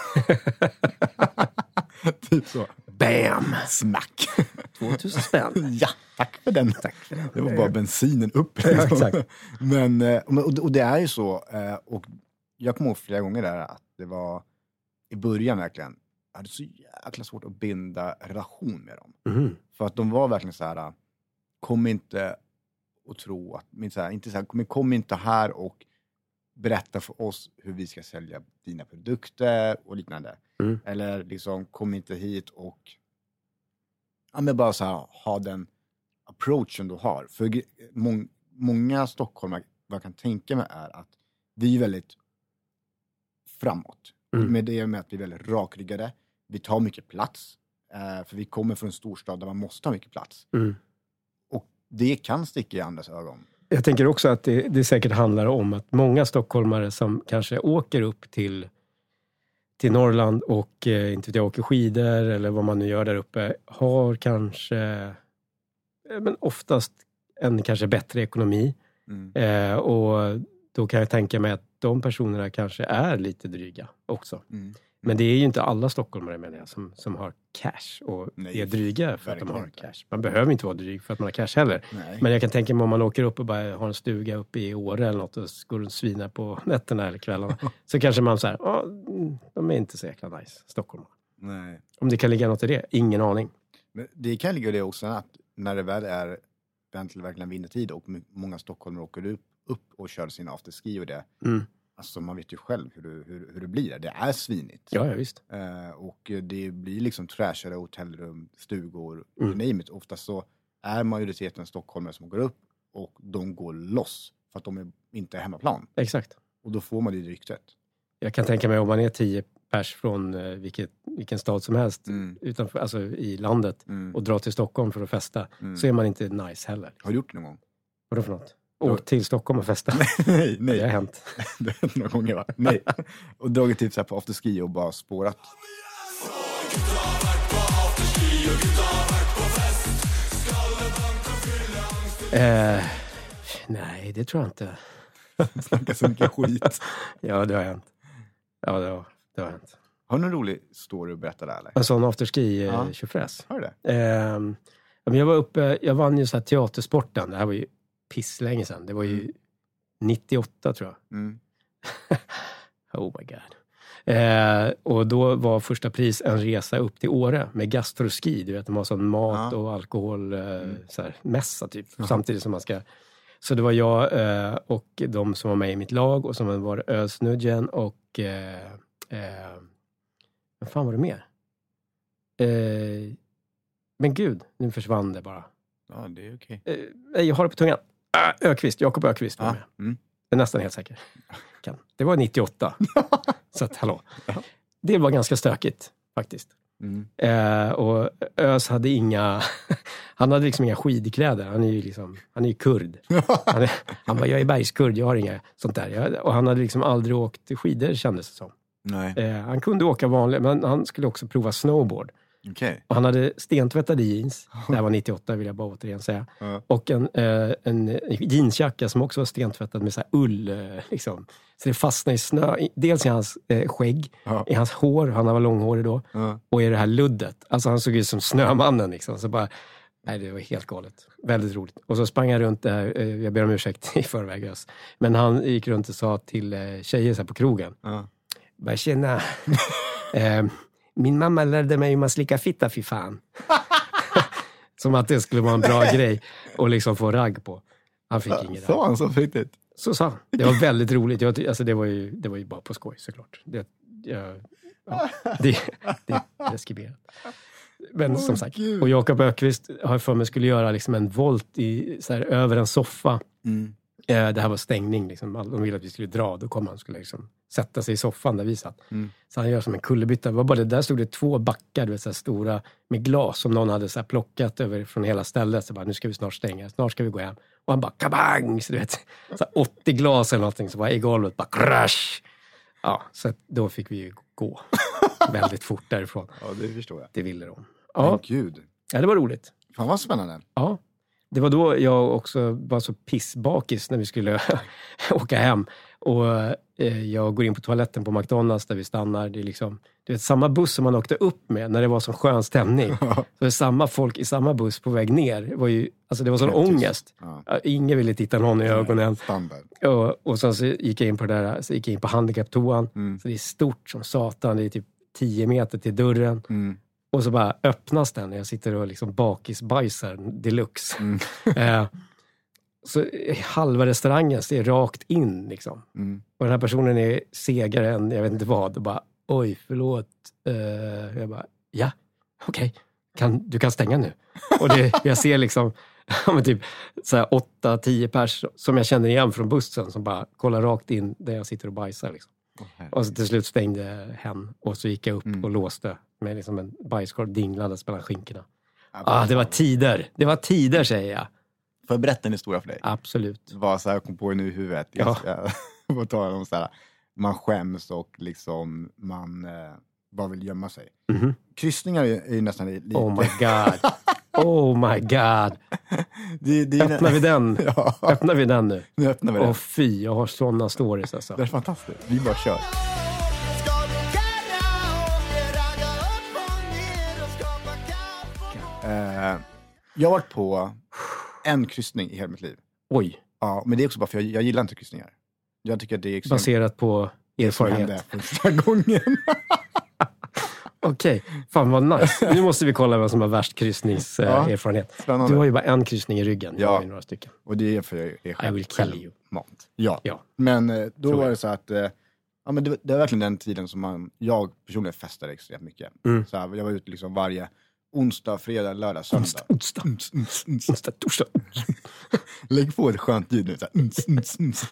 [SPEAKER 1] typ så.
[SPEAKER 2] Bam!
[SPEAKER 1] Smack!
[SPEAKER 2] 2000 spänn.
[SPEAKER 1] [laughs] ja, tack för den. Det var bara bensinen upp. liksom.
[SPEAKER 2] [laughs]
[SPEAKER 1] [laughs]
[SPEAKER 2] exakt.
[SPEAKER 1] Men, eh, och- och, och det är ju så. eh, Och jag kommer ihåg flera gånger där att det var i början verkligen, jag hade så jäkla svårt att binda relation med dem.
[SPEAKER 2] Mhm.
[SPEAKER 1] För att de var verkligen så här, äh, kom inte och tro att, men så här, inte så här, kom, kom inte här och berätta för oss hur vi ska sälja dina produkter och liknande.
[SPEAKER 2] Mm.
[SPEAKER 1] Eller liksom, kom inte hit och ja, men bara så här, ha den approachen du har. För gre- mång, många stockholmare, vad jag kan tänka mig är att vi är väldigt framåt.
[SPEAKER 2] Mm.
[SPEAKER 1] Med det med att vi är väldigt rakryggade. Vi tar mycket plats. Eh, för vi kommer från en storstad där man måste ha mycket plats.
[SPEAKER 2] Mm.
[SPEAKER 1] Och det kan sticka i andras ögon.
[SPEAKER 2] Jag tänker också att det, det säkert handlar om att många stockholmare som kanske åker upp till, till Norrland och eh, inte vet jag, åker skidor eller vad man nu gör där uppe, har kanske, eh, men oftast en kanske bättre ekonomi.
[SPEAKER 1] Mm.
[SPEAKER 2] Eh, och då kan jag tänka mig att de personerna kanske är lite dryga också.
[SPEAKER 1] Mm.
[SPEAKER 2] Men det är ju inte alla stockholmare menar jag, som, som har cash och
[SPEAKER 1] Nej,
[SPEAKER 2] är dryga för att de
[SPEAKER 1] verkligen
[SPEAKER 2] har
[SPEAKER 1] inte.
[SPEAKER 2] cash. Man behöver inte vara dryg för att man har cash heller.
[SPEAKER 1] Nej.
[SPEAKER 2] Men jag kan tänka mig om man åker upp och bara har en stuga uppe i Åre eller något och går och svinar på nätterna eller kvällarna. så kanske man säger, ja, mm, de är inte så jäkla nice, Stockholm.
[SPEAKER 1] Nej.
[SPEAKER 2] Om det kan ligga något i det? Ingen aning.
[SPEAKER 1] Men det kan ligga i det också att när det väl är Bentley verkligen vinner tid och my- många stockholmare åker upp, upp och kör sin afterski och det.
[SPEAKER 2] Mm.
[SPEAKER 1] Alltså man vet ju själv hur, du- hur, hur det blir. där. Det är svinigt.
[SPEAKER 2] Ja, ja, visst.
[SPEAKER 1] Eh, och det blir liksom trashade hotellrum, stugor,
[SPEAKER 2] Mm.
[SPEAKER 1] you name it. Oftast så är majoriteten stockholmare som går upp och de går loss för att de är inte är hemmaplan.
[SPEAKER 2] Exakt.
[SPEAKER 1] Och då får man det ryktet.
[SPEAKER 2] Jag kan tänka mig om man är tio pers från eh, vilket, vilken stad som helst utanför, alltså i landet
[SPEAKER 1] Mm.
[SPEAKER 2] och drar till Stockholm för att festa
[SPEAKER 1] Mm.
[SPEAKER 2] så är man inte nice heller. liksom. [laughs]
[SPEAKER 1] Har du gjort det någon gång?
[SPEAKER 2] Vadå för något? Åkt till Stockholm och festat.
[SPEAKER 1] nej,
[SPEAKER 2] Det har
[SPEAKER 1] nej.
[SPEAKER 2] hänt.
[SPEAKER 1] Det har hänt några gånger va? Nej. Och dragit typ så här på afterski och bara
[SPEAKER 2] [laughs]
[SPEAKER 1] spårat.
[SPEAKER 2] Eh, nej, det tror jag inte.
[SPEAKER 1] Snackat så mycket skit.
[SPEAKER 2] [laughs] Ja, det har hänt. Ja, det har, det har hänt.
[SPEAKER 1] Har du någon rolig story att berätta där eller?
[SPEAKER 2] En sån afterski-tjofräs.
[SPEAKER 1] Ja.
[SPEAKER 2] Eh, tjofräs.
[SPEAKER 1] Har du det?
[SPEAKER 2] Ehm, ja, men jag var uppe, jag vann ju så här teatersporten. Det här var ju pisslänge sedan. Det var ju 98 tror jag.
[SPEAKER 1] Mm.
[SPEAKER 2] [laughs] Oh my god. Eh, och då var första pris en resa upp till Åre med gastroski. Du vet, de har sån mat
[SPEAKER 1] Ja.
[SPEAKER 2] och alkoholmässa eh,
[SPEAKER 1] Mm.
[SPEAKER 2] så här, mässa typ.
[SPEAKER 1] Ja.
[SPEAKER 2] Samtidigt som man ska... Så det var jag eh, och de som var med i mitt lag och som var Ösnudgen och... Eh, eh, vad fan var det mer? Eh, men gud, nu försvann det bara.
[SPEAKER 1] Ja, det är okej.
[SPEAKER 2] Eh, nej, jag har det på tungan. Ah, Ökvist, Jakob Ökvist var
[SPEAKER 1] Ja.
[SPEAKER 2] med.
[SPEAKER 1] Mm.
[SPEAKER 2] Jag är nästan helt säker. Kan. Det var 98. så att, hallå. Det var ganska stökigt faktiskt. [laughs]
[SPEAKER 1] Mm.
[SPEAKER 2] Eh, och Ös hade inga... [laughs] Han hade liksom inga skidkläder. Han är ju, liksom, han är ju kurd. Han, är, han bara, jag är bergskurd, jag har inga sånt där. Jag, och han hade liksom aldrig åkt skidor kändes det som.
[SPEAKER 1] Nej,
[SPEAKER 2] Eh, han kunde åka vanligt, men han skulle också prova snowboard.
[SPEAKER 1] okej.
[SPEAKER 2] Och han hade stentvättade jeans. Det här var 98 vill jag bara återigen säga.
[SPEAKER 1] Ja.
[SPEAKER 2] Och en, eh, en jeansjacka som också var stentvättad med så här ull. Eh, liksom. Så det fastnade i snö. i- Dels i hans eh, skägg,
[SPEAKER 1] Ja.
[SPEAKER 2] i hans hår, han var långhårig då.
[SPEAKER 1] Ja.
[SPEAKER 2] Och i det här luddet. Alltså han såg ut som Snömannen. Liksom. Så bara, nej, det var helt galet. Väldigt roligt. Och så sprang han runt där. Eh, jag ber om ursäkt [laughs] i förväg. Ös. Men han gick runt och sa till eh, tjejer så här på krogen.
[SPEAKER 1] Ja. [laughs]
[SPEAKER 2] Bara tjena. eh, min mamma lärde mig hur man slickar fitta,
[SPEAKER 1] [laughs]
[SPEAKER 2] fy fan. Som att det skulle vara en bra grej att liksom få ragg på. Han fick inget ragg.
[SPEAKER 1] Sa han så på riktigt?
[SPEAKER 2] Så sa han. Det var väldigt roligt. Jag, ty- alltså, det, var ju, det var ju bara på skoj såklart. Det, jag, ja, det, det är preskriberat. Men
[SPEAKER 1] Åh,
[SPEAKER 2] som sagt,
[SPEAKER 1] Gud.
[SPEAKER 2] och Jakob Ökvist har jag för mig skulle göra liksom en volt i, så här, över en soffa.
[SPEAKER 1] Mm.
[SPEAKER 2] Eh, Det här var stängning. Liksom. All- De ville att vi skulle dra. Då kom han och skulle liksom sätta sig i soffan där vi satt.
[SPEAKER 1] Mm.
[SPEAKER 2] Så han gör som en kullerbytta. Det var bara det, där stod det två backar, du vet, så här stora, med glas som någon hade så här plockat över från hela stället. Så bara, nu ska vi snart stänga. Snart ska vi gå hem. Och han bara kabang! Så du vet, så här 80 glas eller någonting. Så bara i golvet bara krasch! Ja, så att då fick vi ju gå väldigt fort därifrån.
[SPEAKER 1] [laughs] Ja, det förstår jag.
[SPEAKER 2] Det ville de.
[SPEAKER 1] Men
[SPEAKER 2] Ja,
[SPEAKER 1] gud.
[SPEAKER 2] ja det var roligt.
[SPEAKER 1] Fan vad
[SPEAKER 2] [laughs]
[SPEAKER 1] spännande.
[SPEAKER 2] Ja. Det var då jag också var så pissbakis när vi skulle [laughs] åka hem. Och eh, jag går in på toaletten på McDonalds där vi stannar. Det är liksom, du vet, samma buss som man åkte upp med när det var sån
[SPEAKER 1] [laughs]
[SPEAKER 2] skön stämning.
[SPEAKER 1] Ja.
[SPEAKER 2] Så det är samma folk i samma buss på väg ner. Det var, ju, alltså det var sån
[SPEAKER 1] Knäpptyst.
[SPEAKER 2] ångest.
[SPEAKER 1] Ja.
[SPEAKER 2] Ja, Ingen ville titta någon i ögonen.
[SPEAKER 1] Mm, Standard.
[SPEAKER 2] Och, och sen så gick jag in på, det där, så gick jag in på handikapptoan.
[SPEAKER 1] Mm.
[SPEAKER 2] Så det är stort som satan. Det är typ 10 meter till dörren.
[SPEAKER 1] Mm.
[SPEAKER 2] Och så bara öppnas den och jag sitter och liksom bakisbajsar deluxe.
[SPEAKER 1] Mm.
[SPEAKER 2] Eh, så eh, halva restaurangen ser rakt in liksom.
[SPEAKER 1] Mm.
[SPEAKER 2] Och den här personen är segare än jag vet inte vad. Och bara, oj, förlåt. Eh, jag bara, ja, okej. Kan, du kan stänga nu. [laughs] Och det, jag ser liksom [laughs] ja, men typ så här åtta, tio pers som jag känner igen från bussen som bara kollar rakt in där jag sitter och bajsar. Liksom.
[SPEAKER 1] Åh, herregud.
[SPEAKER 2] Och så till slut stängde hen och så gick jag upp
[SPEAKER 1] Mm.
[SPEAKER 2] och låste med liksom en bajskorv dinglandes mellan skinkorna.
[SPEAKER 1] Ja,
[SPEAKER 2] Ah, det var tider. Det var tider säger jag.
[SPEAKER 1] Får jag berätta en historia för dig?
[SPEAKER 2] Absolut.
[SPEAKER 1] Vad så här, jag kom på nu i huvudet.
[SPEAKER 2] Ja.
[SPEAKER 1] Jag ska, [laughs] på tal om så här, man skäms och liksom man eh, bara vill gömma sig.
[SPEAKER 2] Mhm.
[SPEAKER 1] Kryssningar är ju- är ju nästan lite...
[SPEAKER 2] Oh my god. Oh my god.
[SPEAKER 1] [laughs] det, det är ju nä-
[SPEAKER 2] Öppnar vi den?
[SPEAKER 1] [laughs] Ja,
[SPEAKER 2] Öppnar vi den nu?
[SPEAKER 1] nu öppnar vi
[SPEAKER 2] Åh
[SPEAKER 1] det.
[SPEAKER 2] fy, jag har sådana stories alltså.
[SPEAKER 1] Det är fantastiskt. Vi bara kör. Eh, jag har varit på en kryssning i hela mitt liv.
[SPEAKER 2] Oj,
[SPEAKER 1] Ja, men det är också bara för jag, jag gillar inte kryssningar. Jag tycker att det är extremt...
[SPEAKER 2] baserat på
[SPEAKER 1] som hände
[SPEAKER 2] erfarenhet.
[SPEAKER 1] första
[SPEAKER 2] [laughs]
[SPEAKER 1] gången.
[SPEAKER 2] Okej, fan vad
[SPEAKER 1] [laughs]
[SPEAKER 2] nice. Nu måste vi kolla vem som har värst
[SPEAKER 1] Ja.
[SPEAKER 2] kryssningserfarenhet.
[SPEAKER 1] Spännande.
[SPEAKER 2] Du har ju bara en kryssning i ryggen. Jag
[SPEAKER 1] Ja.
[SPEAKER 2] har ju några stycken.
[SPEAKER 1] Och det är för jag är
[SPEAKER 2] I will
[SPEAKER 1] själv,
[SPEAKER 2] kill you.
[SPEAKER 1] självmant. Ja.
[SPEAKER 2] Ja.
[SPEAKER 1] Men eh, då
[SPEAKER 2] Tror
[SPEAKER 1] var
[SPEAKER 2] jag.
[SPEAKER 1] det så att eh, ja, men det, var- det var verkligen den tiden som man, jag personligen festade extremt mycket.
[SPEAKER 2] Mm.
[SPEAKER 1] Så här, jag var ute liksom varje onsdag, fredag, lördag, söndag.
[SPEAKER 2] Onsdag,
[SPEAKER 1] Uns, uns, uns.
[SPEAKER 2] onsdag, torsdag.
[SPEAKER 1] Lägg på ett skönt ljud nu. Så här, uns, uns, uns.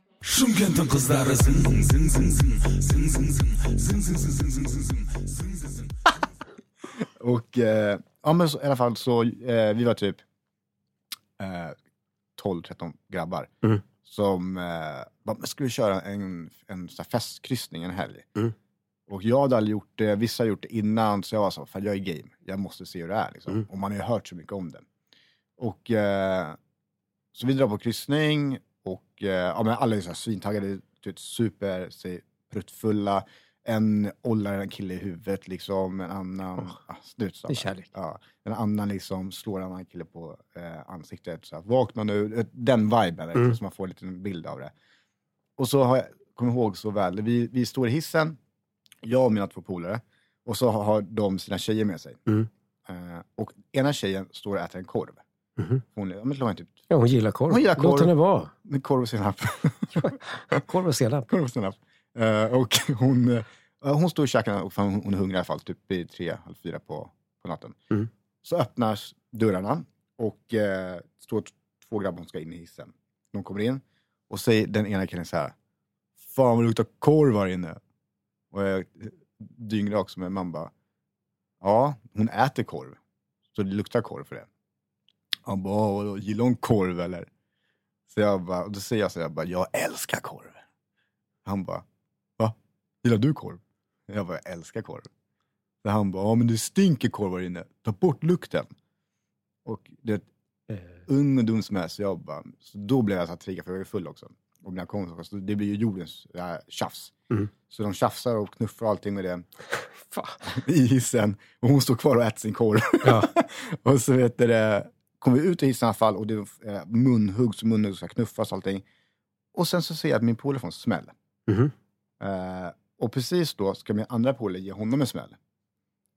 [SPEAKER 1] Och eh, ja, men så, i alla fall så, eh, vi var typ eh, 12-13 grabbar
[SPEAKER 2] Mm.
[SPEAKER 1] som eh, bara, "Men ska vi köra en, en sån här festkryssning en helg?
[SPEAKER 2] Mm.
[SPEAKER 1] Och jag hade aldrig gjort det, vissa har gjort det innan, så jag var så, fan jag är game, jag måste se hur det är. Liksom.
[SPEAKER 2] Mm.
[SPEAKER 1] Och man har ju hört så mycket om det. Och, eh, så vi drar på kryssning och eh, ja, men alla är så här svintaggade, du vet, super, sig pruttfulla. En ollar en kille i huvudet, liksom, en annan...
[SPEAKER 2] Åh,
[SPEAKER 1] ah, du vet, så
[SPEAKER 2] det är
[SPEAKER 1] här.
[SPEAKER 2] kärlek.
[SPEAKER 1] Ja, en annan liksom slår en annan kille på eh, ansiktet. Så här, vakna nu. Eh, Den viben,
[SPEAKER 2] Mm.
[SPEAKER 1] mm. så man får en liten bild av det. Och så har jag, kommer jag ihåg så väl, vi, vi står i hissen, jag och mina två polare, och så har de sina tjejer med sig.
[SPEAKER 2] Mm.
[SPEAKER 1] Eh, och ena tjejen står och äter en korv.
[SPEAKER 2] Mhm.
[SPEAKER 1] Hon är, ja, men klockan är typ,
[SPEAKER 2] Ja, hon gillar korv.
[SPEAKER 1] Hon gillar korv.
[SPEAKER 2] Låt henne vara.
[SPEAKER 1] med korv och
[SPEAKER 2] [laughs]
[SPEAKER 1] senap.
[SPEAKER 2] Korv och senap.
[SPEAKER 1] korv och senap. Eh, och [laughs] hon, eh, hon står och käkar, och fan, hon är hungrig i alla fall, typ i tre, halv fyra på, på natten.
[SPEAKER 2] Mm.
[SPEAKER 1] Så öppnas dörrarna och eh, står t- två grabbar som ska in i hissen. De kommer in och säger den ena killen så här. Fan vad det luktar korv här inne. Och jag eh, dyngrar också med mamma bara. Ja, hon äter korv. Så det luktar korv för det. Han bara, "Ja, vadå, gillar hon korv eller? Så jag bara, och då säger jag så här, jag bara, jag älskar korv. Han bara, va? Gillar du korv? Jag bara, jag älskar korv. Så han bara, ja men det stinker korv här inne. Ta bort lukten. Och det,
[SPEAKER 2] Eh,
[SPEAKER 1] ung och dum som jag är, så jag bara, så då blev jag så här triggad, för jag var ju full också. Och mina kompisar, också, så det blir ju jordens äh, tjafs.
[SPEAKER 2] Mm.
[SPEAKER 1] Så de tjafsar och knuffar och allting med det [laughs]
[SPEAKER 2] Fan.
[SPEAKER 1] i hissen. Och hon står kvar och äter sin korv.
[SPEAKER 2] Ja.
[SPEAKER 1] [laughs] och så vet du det, kom vi ut i hissen i alla fall och det eh, munhuggs och munhuggs och knuffas och allting. Och sen så ser jag att min polare får en smäll.
[SPEAKER 2] Mhm.
[SPEAKER 1] Eh, och precis då ska min andra polare ge honom en smäll.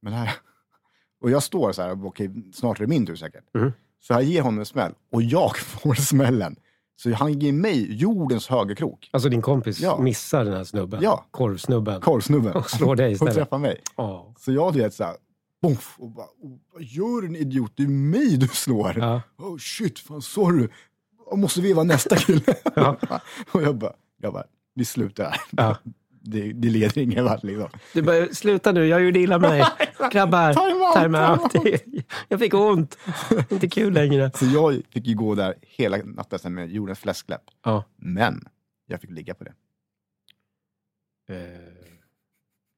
[SPEAKER 1] Men här, [laughs] och jag står så här, och bara, okej, snart är det min tur säkert.
[SPEAKER 2] Mhm.
[SPEAKER 1] Så jag ger honom en smäll och jag [laughs] får smällen. Så han ger mig jordens högerkrok,
[SPEAKER 2] Alltså din kompis
[SPEAKER 1] Ja.
[SPEAKER 2] missar den här snubben.
[SPEAKER 1] Ja.
[SPEAKER 2] Korvsnubben.
[SPEAKER 1] korvsnubben.
[SPEAKER 2] Och slår
[SPEAKER 1] [laughs]
[SPEAKER 2] dig
[SPEAKER 1] och
[SPEAKER 2] istället.
[SPEAKER 1] träffar mig.
[SPEAKER 2] Ja.
[SPEAKER 1] Så jag du vet så här, bonf, och bara, "Oh, vad gör du en idiot? Det är mig du slår.
[SPEAKER 2] Ja.
[SPEAKER 1] Oh shit, fan sorry. Jag måste veva nästa kille.
[SPEAKER 2] [laughs] Ja.
[SPEAKER 1] [laughs] och jag bara, jag bara, vi slutar här.
[SPEAKER 2] Ja.
[SPEAKER 1] [laughs] Det, det leder ingen vart liksom.
[SPEAKER 2] Du bara, sluta nu, jag gjorde illa mig. Grabbar,
[SPEAKER 1] Time out,
[SPEAKER 2] time out. [laughs]
[SPEAKER 1] time
[SPEAKER 2] Jag fick ont. Inte kul längre.
[SPEAKER 1] Så jag fick ju gå där hela natten sen med jordens fläskläpp.
[SPEAKER 2] Ja.
[SPEAKER 1] Men jag fick ligga på
[SPEAKER 2] [laughs]
[SPEAKER 1] det.
[SPEAKER 2] Eh,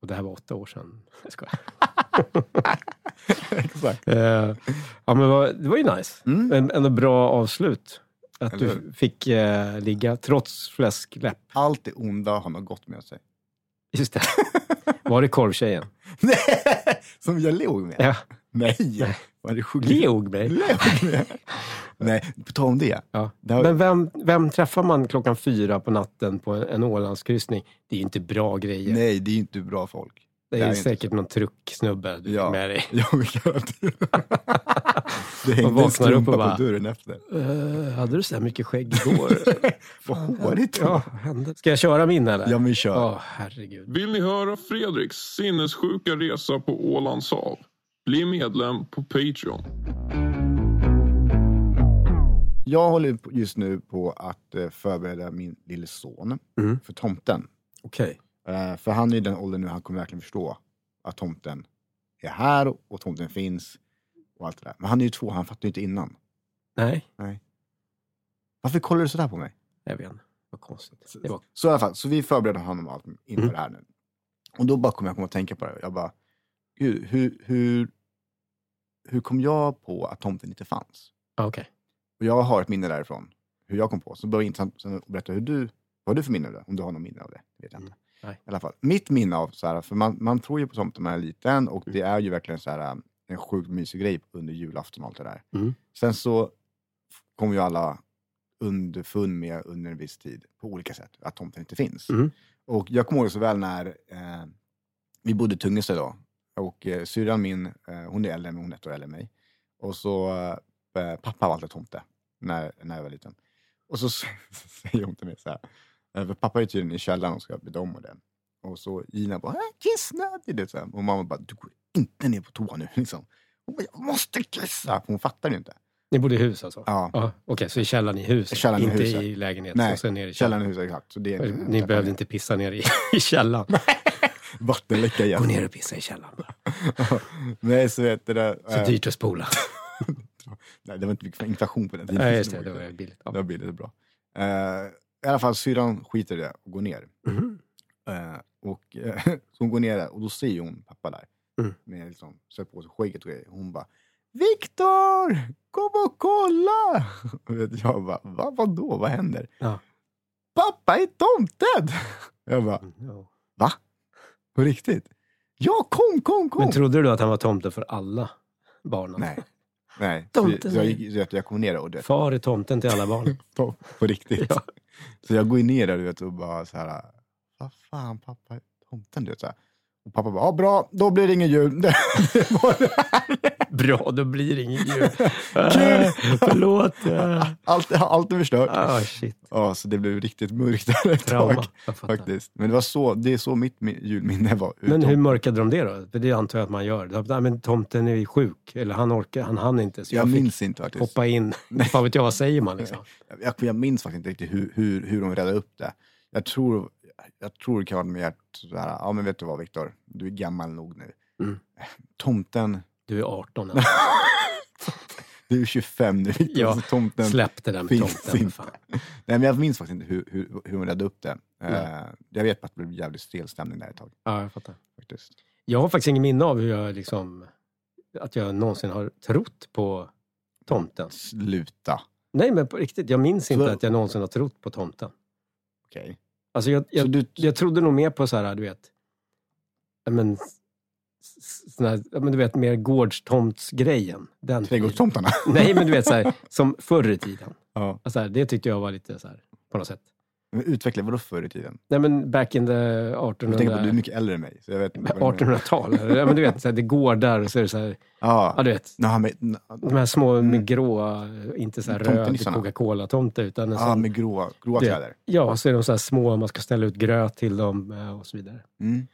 [SPEAKER 2] och det här var åtta år sedan. Jag skojar.
[SPEAKER 1] Exakt.
[SPEAKER 2] Eh, ja, men vad, det var ju nice.
[SPEAKER 1] Mm.
[SPEAKER 2] Men ändå bra avslut. Att
[SPEAKER 1] Eller
[SPEAKER 2] du fick eh, ligga trots fläskläpp.
[SPEAKER 1] Allt det onda har något gott med sig. [laughs]
[SPEAKER 2] Just det. Var det korvtjejen?
[SPEAKER 1] Nej, Som jag låg med?
[SPEAKER 2] Ja.
[SPEAKER 1] Nej, var det sjukt? [laughs]
[SPEAKER 2] Leog mig.
[SPEAKER 1] Låg med? Nej, på tal om det.
[SPEAKER 2] Ja.
[SPEAKER 1] Det har-
[SPEAKER 2] Men vem, vem träffar man klockan fyra på natten på en, en Ålandskryssning? Det är ju inte bra grejer.
[SPEAKER 1] Nej, det är ju inte bra folk. [laughs]
[SPEAKER 2] det
[SPEAKER 1] det
[SPEAKER 2] är
[SPEAKER 1] är
[SPEAKER 2] ju
[SPEAKER 1] inte
[SPEAKER 2] säkert någon trucksnubbe du
[SPEAKER 1] Ja.
[SPEAKER 2] fick med dig.
[SPEAKER 1] Jag
[SPEAKER 2] [laughs]
[SPEAKER 1] garanterar. Det hängde en
[SPEAKER 2] vaknar upp och
[SPEAKER 1] strumpa
[SPEAKER 2] bara-
[SPEAKER 1] på dörren
[SPEAKER 2] [laughs]
[SPEAKER 1] efter.
[SPEAKER 2] Eh, hade du så här mycket skägg
[SPEAKER 1] [laughs]
[SPEAKER 2] igår?
[SPEAKER 1] Vad hårigt.
[SPEAKER 2] ja, hände. Ska jag köra min eller?
[SPEAKER 1] Ja, men kör.
[SPEAKER 2] Åh, herregud.
[SPEAKER 4] Vill ni höra Fredriks sinnessjuka resa på Ålands hav? Bli medlem på Patreon.
[SPEAKER 1] Jag håller på- just nu på att eh, förbereda min lille son
[SPEAKER 2] Mm.
[SPEAKER 1] för tomten.
[SPEAKER 2] Okej.
[SPEAKER 1] Eh, För han är i den åldern nu, han kommer verkligen förstå att tomten är här och tomten finns och allt det där. Men han är ju två, han fattar ju inte innan.
[SPEAKER 2] Nej,
[SPEAKER 1] Varför kollar du sådär på mig?
[SPEAKER 2] jag vet inte. Vad konstigt. Det var...
[SPEAKER 1] Så i alla fall, så vi förbereder honom allt inför
[SPEAKER 2] Mm.
[SPEAKER 1] det här nu. Och då bara kom jag kom att tänka på det. Jag bara, gud, hur, hur, hur kom jag på att tomten inte fanns?
[SPEAKER 2] Ah, Okej.
[SPEAKER 1] Och jag har ett minne därifrån, hur jag kom på. Så det var intressant sen att berätta hur du, vad du för minne av det, om du har någon minne av det. Det vet jag
[SPEAKER 2] Mm.
[SPEAKER 1] inte.
[SPEAKER 2] Nej.
[SPEAKER 1] I alla fall, mitt minne av, så här, för man, man tror ju på tomten när man är liten
[SPEAKER 2] Mm.
[SPEAKER 1] och det är ju verkligen så här, eh, en sjukt mysig grej under julafton och allt det där.
[SPEAKER 2] Mm.
[SPEAKER 1] Sen så kom ju alla underfund med under en viss tid, på olika sätt, att tomten inte finns.
[SPEAKER 2] Mm.
[SPEAKER 1] Och jag kommer ihåg så väl när eh, vi bodde i Tungelsta då. Och eh, syrran min, eh, hon är äldre, men hon är ett år äldre än mig. Och så eh, pappa var alltid tomte när, när jag var liten. Och så, s- [laughs] säger hon till mig så här. eh, För pappa är tydligen i källaren och ska bedöma det. Och så Gina bara, "Äh, kissnödig. du vet så här. Och mamma bara, du går inte ner på toa nu. [laughs] Liksom. Hon bara, jag måste kissa. Hon fattar ju inte.
[SPEAKER 2] Ni bodde i hus alltså?
[SPEAKER 1] Ja,
[SPEAKER 2] Ah, Okej, så i källaren i huset?
[SPEAKER 1] Källaren i
[SPEAKER 2] inte
[SPEAKER 1] huset.
[SPEAKER 2] i lägenheten?
[SPEAKER 1] Nej,
[SPEAKER 2] och sen ner i
[SPEAKER 1] källaren i huset exakt. Så det är
[SPEAKER 2] Ni behövde inte pissa ner i, [laughs] i källaren.
[SPEAKER 1] Vattenläcka igen. [laughs]
[SPEAKER 2] Gå ner och pissa i källaren.
[SPEAKER 1] Nej, så vet du det.
[SPEAKER 2] Så
[SPEAKER 1] eh,
[SPEAKER 2] dyrt att spola.
[SPEAKER 1] [laughs] Nej, det var inte mycket inflation på den tiden.
[SPEAKER 2] Nej, just det. Det var billigt.
[SPEAKER 1] Det
[SPEAKER 2] Ja.
[SPEAKER 1] var billigt och bra. Eh, I alla fall, syrran skiter i det och går ner.
[SPEAKER 2] Mhm.
[SPEAKER 1] Eh, och, eh, [laughs] så hon går ner där och då ser hon pappa där.
[SPEAKER 2] Mm.
[SPEAKER 1] Med liksom, sätter på sig skägget och grejer. Hon bara Viktor! Kom och kolla! [laughs] Och vet jag bara, Va, vadå? Vad händer?
[SPEAKER 2] Ja.
[SPEAKER 1] Pappa är tomten! [laughs] Jag bara,
[SPEAKER 2] Ja.
[SPEAKER 1] va? På riktigt? Ja, kom, kom, kom!
[SPEAKER 2] Men trodde du att han var tomte för alla barnen?
[SPEAKER 1] Nej. Nej.
[SPEAKER 2] Tomten.
[SPEAKER 1] Så, så jag, gick- så jag, jag kom ner där och du vet,
[SPEAKER 2] Far är tomten till alla barn.
[SPEAKER 1] på, på riktigt.
[SPEAKER 2] Ja.
[SPEAKER 1] Så jag går ju ner där du vet, och bara så här, vad fan pappa, är tomten du vet. Så här. Och pappa bara, ja bra, då blir det ingen jul. [laughs] Det var det här.
[SPEAKER 2] Bra, då blir det ingen [laughs] jul. Ah, Förlåt. Ah,
[SPEAKER 1] allt, [laughs] allt är förstört.
[SPEAKER 2] Ah, shit.
[SPEAKER 1] Ja, så det blev riktigt mörkt där ett
[SPEAKER 2] Trauma.
[SPEAKER 1] tag.
[SPEAKER 2] Jag fattar.
[SPEAKER 1] Faktiskt. Men det, var så, det är så mitt mi- julminne var.
[SPEAKER 2] Men
[SPEAKER 1] utom-
[SPEAKER 2] hur mörkade de det då? För det antar jag att man gör. De- Nej, men tomten är ju sjuk. Eller han orkar, han hann inte. Så jag,
[SPEAKER 1] jag
[SPEAKER 2] fick
[SPEAKER 1] minns inte faktiskt. [laughs]
[SPEAKER 2] hoppa in. Fan vet jag, vad säger man liksom?
[SPEAKER 1] Jag, jag minns faktiskt inte riktigt hur, hur, hur de räddade upp det. Jag tror, jag tror det kan vara mer att sådär, ja men vet du vad Viktor, du är gammal nog nu.
[SPEAKER 2] Mm.
[SPEAKER 1] [laughs] Tomten,
[SPEAKER 2] Du är 18 alltså.
[SPEAKER 1] du är 25 nu Viktor,
[SPEAKER 2] Ja,
[SPEAKER 1] så tomten.
[SPEAKER 2] Släpp det där med
[SPEAKER 1] finns
[SPEAKER 2] tomten. för
[SPEAKER 1] inte.
[SPEAKER 2] Fan.
[SPEAKER 1] Nej men jag minns faktiskt inte hur, hur, hur de räddade upp det.
[SPEAKER 2] Nej.
[SPEAKER 1] Eh, jag vet bara att det blev jävligt stel stämning där ett tag.
[SPEAKER 2] Ja, jag fattar.
[SPEAKER 1] Faktiskt.
[SPEAKER 2] Jag har faktiskt ingen minne av hur jag liksom, att jag någonsin har trott på tomten.
[SPEAKER 1] Sluta.
[SPEAKER 2] Nej, men på riktigt. Jag minns inte
[SPEAKER 1] Så-
[SPEAKER 2] att jag någonsin har trott på tomten.
[SPEAKER 1] Okej.
[SPEAKER 2] Alltså jag,
[SPEAKER 1] Så
[SPEAKER 2] jag,
[SPEAKER 1] du,
[SPEAKER 2] jag trodde nog mer på så här, du vet, ja, men, s- s- sån här, ja, men du vet, mer gårdstomtsgrejen.
[SPEAKER 1] [laughs]
[SPEAKER 2] Den
[SPEAKER 1] trädgårdstomtarna?
[SPEAKER 2] tiden. Nej, men du vet så här, som förr i tiden.
[SPEAKER 1] ja.
[SPEAKER 2] Alltså, här, det tyckte jag var lite så här, på något sätt.
[SPEAKER 1] Men utveckla, vadå förr i tiden?
[SPEAKER 2] Nej, men back in the
[SPEAKER 1] Jag tänker på att du är
[SPEAKER 2] 1800,
[SPEAKER 1] mycket äldre än mig. Så jag vet inte vad du menar.
[SPEAKER 2] 1800-tal.
[SPEAKER 1] [laughs]
[SPEAKER 2] Ja, men du vet, så här, det går där och så är det så här, ja
[SPEAKER 1] Ja.
[SPEAKER 2] du vet,
[SPEAKER 1] Ja, med,
[SPEAKER 2] De här små
[SPEAKER 1] Mm.
[SPEAKER 2] med gråa, inte så här röd
[SPEAKER 1] Tomtenissarna.
[SPEAKER 2] Coca-Cola-tomte utan
[SPEAKER 1] ja,
[SPEAKER 2] en sån,
[SPEAKER 1] med gråa, gråa
[SPEAKER 2] Det-
[SPEAKER 1] kläder.
[SPEAKER 2] ja, så är de så här små, man ska ställa ut gröt till dem eh, och så vidare.
[SPEAKER 1] Mm.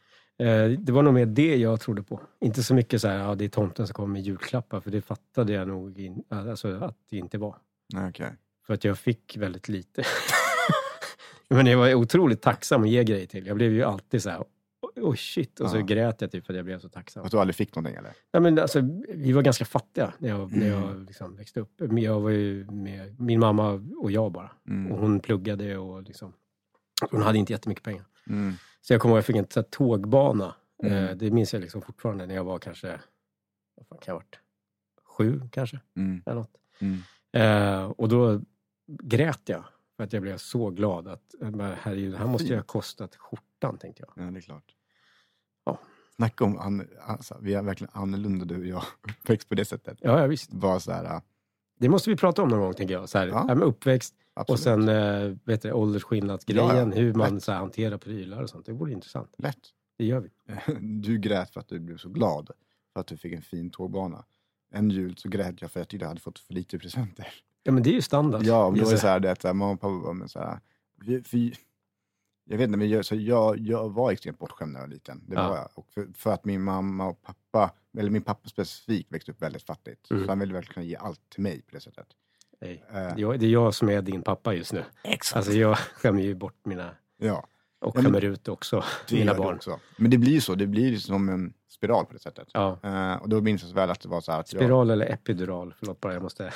[SPEAKER 2] Eh, Det var nog mer det jag trodde på. Inte så mycket så här, ja det är tomten som kommer med julklappar, för det fattade jag nog in, alltså, att det inte var.
[SPEAKER 1] Nej, okej.
[SPEAKER 2] För att jag fick väldigt lite. [laughs] Men jag var otroligt tacksam att ge grejer till. Jag blev ju alltid så här, oh shit, och så
[SPEAKER 1] Ja.
[SPEAKER 2] grät jag typ för att jag blev så tacksam.
[SPEAKER 1] Att du aldrig fick någonting eller?
[SPEAKER 2] Nej, men alltså, vi var ganska fattiga när jag, när
[SPEAKER 1] Mm.
[SPEAKER 2] jag liksom växte upp. Men Jag var ju med min mamma och jag bara.
[SPEAKER 1] Mm.
[SPEAKER 2] Och hon pluggade och liksom, hon hade inte jättemycket pengar.
[SPEAKER 1] Mm.
[SPEAKER 2] Så jag kommer ihåg, jag fick en så här, tågbana.
[SPEAKER 1] Mm.
[SPEAKER 2] Eh, det minns jag liksom fortfarande när jag var kanske, vad fan kan jag ha varit? Sju kanske,
[SPEAKER 1] Mm.
[SPEAKER 2] eller något.
[SPEAKER 1] Mm.
[SPEAKER 2] Eh, och då grät jag. För att jag blev så glad att, eh, men herregud, det här måste ju ha kostat skjortan, tänkte jag.
[SPEAKER 1] Ja, det är klart.
[SPEAKER 2] Ja.
[SPEAKER 1] Snacka om, an, alltså, vi är verkligen annorlunda du och jag, [laughs] uppväxt på det sättet.
[SPEAKER 2] Ja, ja visst.
[SPEAKER 1] Bara så här, äh,
[SPEAKER 2] Det måste vi prata om någon gång, tänker jag. Så här,
[SPEAKER 1] Ja.
[SPEAKER 2] ja. med uppväxt,
[SPEAKER 1] absolut.
[SPEAKER 2] Och sen eh, vet du, åldersskillnadsgrejen,
[SPEAKER 1] Ja, ja.
[SPEAKER 2] hur man
[SPEAKER 1] Lätt.
[SPEAKER 2] så här, hanterar prylar och sånt. Det vore intressant.
[SPEAKER 1] Lätt. [laughs]
[SPEAKER 2] Det gör vi.
[SPEAKER 1] Du grät för att du blev så glad för att du fick en fin tågbana. En jul så grät jag för att jag tyckte jag hade fått för lite presenter.
[SPEAKER 2] Ja, men det är ju standard.
[SPEAKER 1] Ja, men då är det
[SPEAKER 2] Alltså,
[SPEAKER 1] så här, det att så här, mamma och pappa bara, men så här, vi, vi, jag vet inte, men jag, så jag, jag var extremt bortskämd när jag var liten. Det
[SPEAKER 2] Ja.
[SPEAKER 1] var jag. Och för, för att min mamma och pappa, eller min pappa specifikt, växte upp väldigt fattigt.
[SPEAKER 2] Mm.
[SPEAKER 1] Så han ville verkligen ge allt till mig på det sättet.
[SPEAKER 2] nej.
[SPEAKER 1] Eh,
[SPEAKER 2] Jag, det är jag som är din pappa just nu.
[SPEAKER 1] Exakt.
[SPEAKER 2] Alltså jag [laughs] skämmer ju bort mina,
[SPEAKER 1] ja,
[SPEAKER 2] och
[SPEAKER 1] Ja, men-
[SPEAKER 2] skämmer ut också, [laughs]
[SPEAKER 1] det
[SPEAKER 2] mina
[SPEAKER 1] gör det
[SPEAKER 2] barn.
[SPEAKER 1] också. Men det blir ju så, det blir ju som en spiral på det sättet.
[SPEAKER 2] Ja.
[SPEAKER 1] Eh, och då minns jag så väl att det var så här att jag,
[SPEAKER 2] Spiral eller epidural? Förlåt bara, jag måste...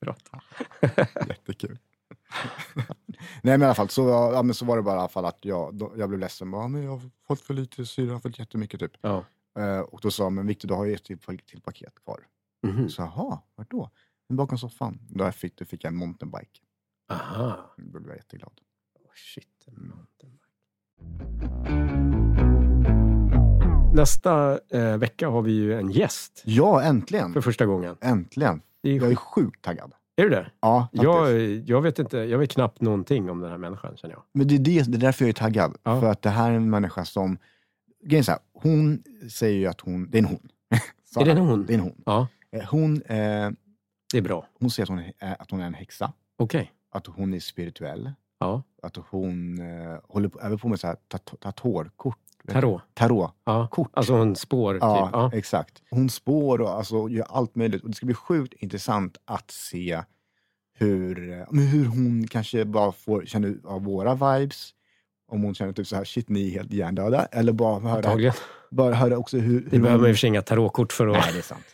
[SPEAKER 2] [laughs] Prata.
[SPEAKER 1] [laughs] Jättekul. [laughs] Nej men i alla fall så, var- ja, men så var det bara i alla fall att jag, då, jag blev ledsen. Bara, "Ja, men jag har fått för lite, syrran har fått jättemycket typ.
[SPEAKER 2] [laughs] Ja.
[SPEAKER 1] Eh, och då sa han, men Viktor du har ju ett till, till paket kvar.
[SPEAKER 2] Mhm.
[SPEAKER 1] Så jaha, vart då? Men bakom soffan. Då fick, då fick jag en mountainbike. Mm,
[SPEAKER 2] Aha.
[SPEAKER 1] Då blev jag jätteglad.
[SPEAKER 2] Oh, shit. en mountainbike. Nästa eh, vecka har vi ju en gäst
[SPEAKER 1] Ja, äntligen!
[SPEAKER 2] för första gången.
[SPEAKER 1] Äntligen!
[SPEAKER 2] Det är, ju
[SPEAKER 1] Jag är
[SPEAKER 2] skit-
[SPEAKER 1] sjukt taggad.
[SPEAKER 2] är du det?
[SPEAKER 1] Ja, faktiskt.
[SPEAKER 2] Jag, jag vet inte, jag vet knappt någonting om den här människan känner jag.
[SPEAKER 1] Men det är, det, det är därför jag är taggad.
[SPEAKER 2] Ja.
[SPEAKER 1] För att det här är en människa som... Grejen är så här, hon säger ju att hon... Det är en hon. [laughs] Så
[SPEAKER 2] Är det
[SPEAKER 1] här,
[SPEAKER 2] en hon?
[SPEAKER 1] Det är en hon.
[SPEAKER 2] Ja,
[SPEAKER 1] Eh, Hon, eh,
[SPEAKER 2] det är bra.
[SPEAKER 1] hon säger att hon, är, eh, att hon är en häxa.
[SPEAKER 2] Okej.
[SPEAKER 1] Att hon är spirituell.
[SPEAKER 2] Ja.
[SPEAKER 1] Att hon eh, håller på, även på med så här tat- tatorkort.
[SPEAKER 2] Tarot.
[SPEAKER 1] Tarotkort.
[SPEAKER 2] Ja. Alltså hon spår typ.
[SPEAKER 1] Ja,
[SPEAKER 2] Ja.
[SPEAKER 1] exakt. Hon spår och alltså, gör allt möjligt. Och det ska bli sjukt intressant att se hur, eh, men hur hon kanske bara får, känner av våra vibes. Om hon känner typ så här, shit ni är helt hjärndöda. Eller bara höra,
[SPEAKER 2] Antagligen.
[SPEAKER 1] bara höra också hur... hur
[SPEAKER 2] Det behöver man
[SPEAKER 1] hon,
[SPEAKER 2] [laughs] ju för sig inga tarotkort för att...
[SPEAKER 1] Nej, det är sant.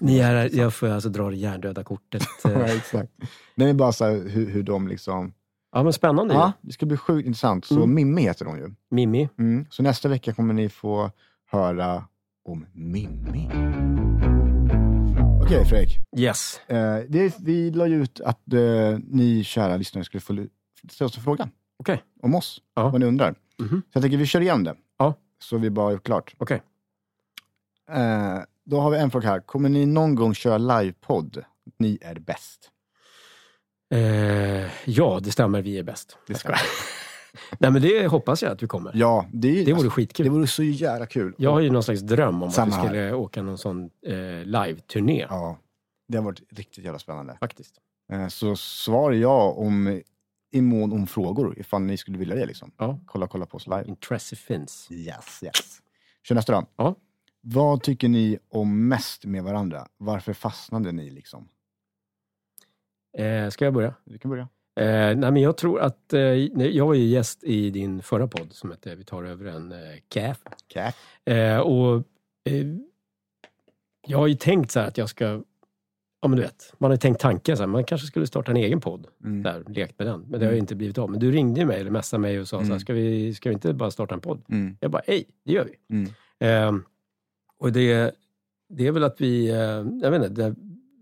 [SPEAKER 2] Ni är, jag får alltså dra det hjärndöda kortet.
[SPEAKER 1] [laughs]
[SPEAKER 2] Eh,
[SPEAKER 1] Ja, exakt. Nej, men bara så här, hur, hur de liksom...
[SPEAKER 2] Ja, men spännande ju.
[SPEAKER 1] Ja, det ska bli sjukt intressant. Så
[SPEAKER 2] Mm.
[SPEAKER 1] Mimmi heter hon ju.
[SPEAKER 2] Mimmi.
[SPEAKER 1] Mm. Så nästa vecka kommer ni få höra om Mimmi. Okej, Fredrik.
[SPEAKER 2] Yes.
[SPEAKER 1] Eh, vi, vi la ju ut att eh, ni kära lyssnare skulle få lu- ställa oss en fråga
[SPEAKER 2] Okej.
[SPEAKER 1] om oss,
[SPEAKER 2] Ja.
[SPEAKER 1] vad ni undrar.
[SPEAKER 2] Mhm.
[SPEAKER 1] Så jag tänker vi kör igenom det,
[SPEAKER 2] Ja.
[SPEAKER 1] så vi bara gjort klart.
[SPEAKER 2] Okej.
[SPEAKER 1] Eh, då har vi en fråga här. Kommer ni någon gång köra livepodd? Ni är bäst.
[SPEAKER 2] Eh, ja, det stämmer. Vi är bäst.
[SPEAKER 1] Det ska
[SPEAKER 2] [laughs] Nej, men det hoppas jag att vi kommer.
[SPEAKER 1] Ja, det, är ju- alltså-
[SPEAKER 2] Det vore
[SPEAKER 1] det
[SPEAKER 2] skitkul.
[SPEAKER 1] vore så jävla kul.
[SPEAKER 2] Jag har ju någon slags dröm om
[SPEAKER 1] Samma
[SPEAKER 2] att
[SPEAKER 1] här.
[SPEAKER 2] vi skulle åka någon sån eh, live-turné.
[SPEAKER 1] Ja, det har varit riktigt jävla spännande.
[SPEAKER 2] Faktiskt.
[SPEAKER 1] Eh, Så svar ja om, i mån om frågor, ifall ni skulle vilja det. Liksom.
[SPEAKER 2] Ja.
[SPEAKER 1] Kolla, kolla på oss live.
[SPEAKER 2] Intresse finns.
[SPEAKER 1] Yes, yes. Kör nästa då.
[SPEAKER 2] Ja.
[SPEAKER 1] Vad tycker ni om mest med varandra? Varför fastnade ni liksom?
[SPEAKER 2] Eh, ska jag börja?
[SPEAKER 1] Du kan börja.
[SPEAKER 2] Eh, nej, men jag tror att... Eh, nej, jag var ju gäst i din förra podd som hette Vi tar över en eh, calf.
[SPEAKER 1] Cat.
[SPEAKER 2] Eh, och, eh, jag har ju tänkt så här att jag ska... Ja, men du vet. Man har ju tänkt tanken så här, man kanske skulle starta en egen podd.
[SPEAKER 1] Mm.
[SPEAKER 2] Där, lekt med den. Men det har ju inte blivit av. Men du ringde ju mig eller messade mig och sa så
[SPEAKER 1] Mm.
[SPEAKER 2] här, ska vi, ska vi inte bara starta en podd?
[SPEAKER 1] Mm. [laughs]
[SPEAKER 2] Jag bara, hej, det gör vi.
[SPEAKER 1] Mm.
[SPEAKER 2] Ehm, och det, det är väl att vi, eh, jag vet inte, där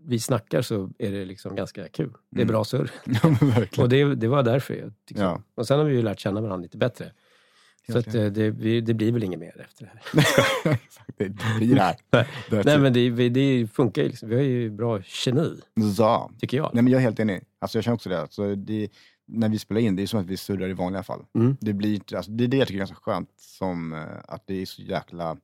[SPEAKER 2] vi snackar så är det liksom ganska kul. Det är
[SPEAKER 1] Mm.
[SPEAKER 2] bra surr.
[SPEAKER 1] Ja, men verkligen.
[SPEAKER 2] Och det, det var därför. jag tyckte-
[SPEAKER 1] Ja. [laughs]
[SPEAKER 2] Och sen har vi ju lärt känna varandra lite bättre. Så
[SPEAKER 1] Helt
[SPEAKER 2] att, eh, det, vi, det blir väl inget mer efter det här.
[SPEAKER 1] Exakt, det blir det här.
[SPEAKER 2] [laughs] Nej.
[SPEAKER 1] Det här
[SPEAKER 2] Nej,
[SPEAKER 1] typ.
[SPEAKER 2] men det, vi- det funkar ju. Liksom. Vi har ju bra kemi,
[SPEAKER 1] Ja.
[SPEAKER 2] tycker jag.
[SPEAKER 1] Nej, men jag är helt enig. Alltså, jag känner också det. Alltså, det. När vi spelar in, det är som att vi surrar i vanliga fall.
[SPEAKER 2] Mm.
[SPEAKER 1] Det, blir, inte- alltså, det är det jag tycker är ganska skönt, som, eh, att det är så jäkla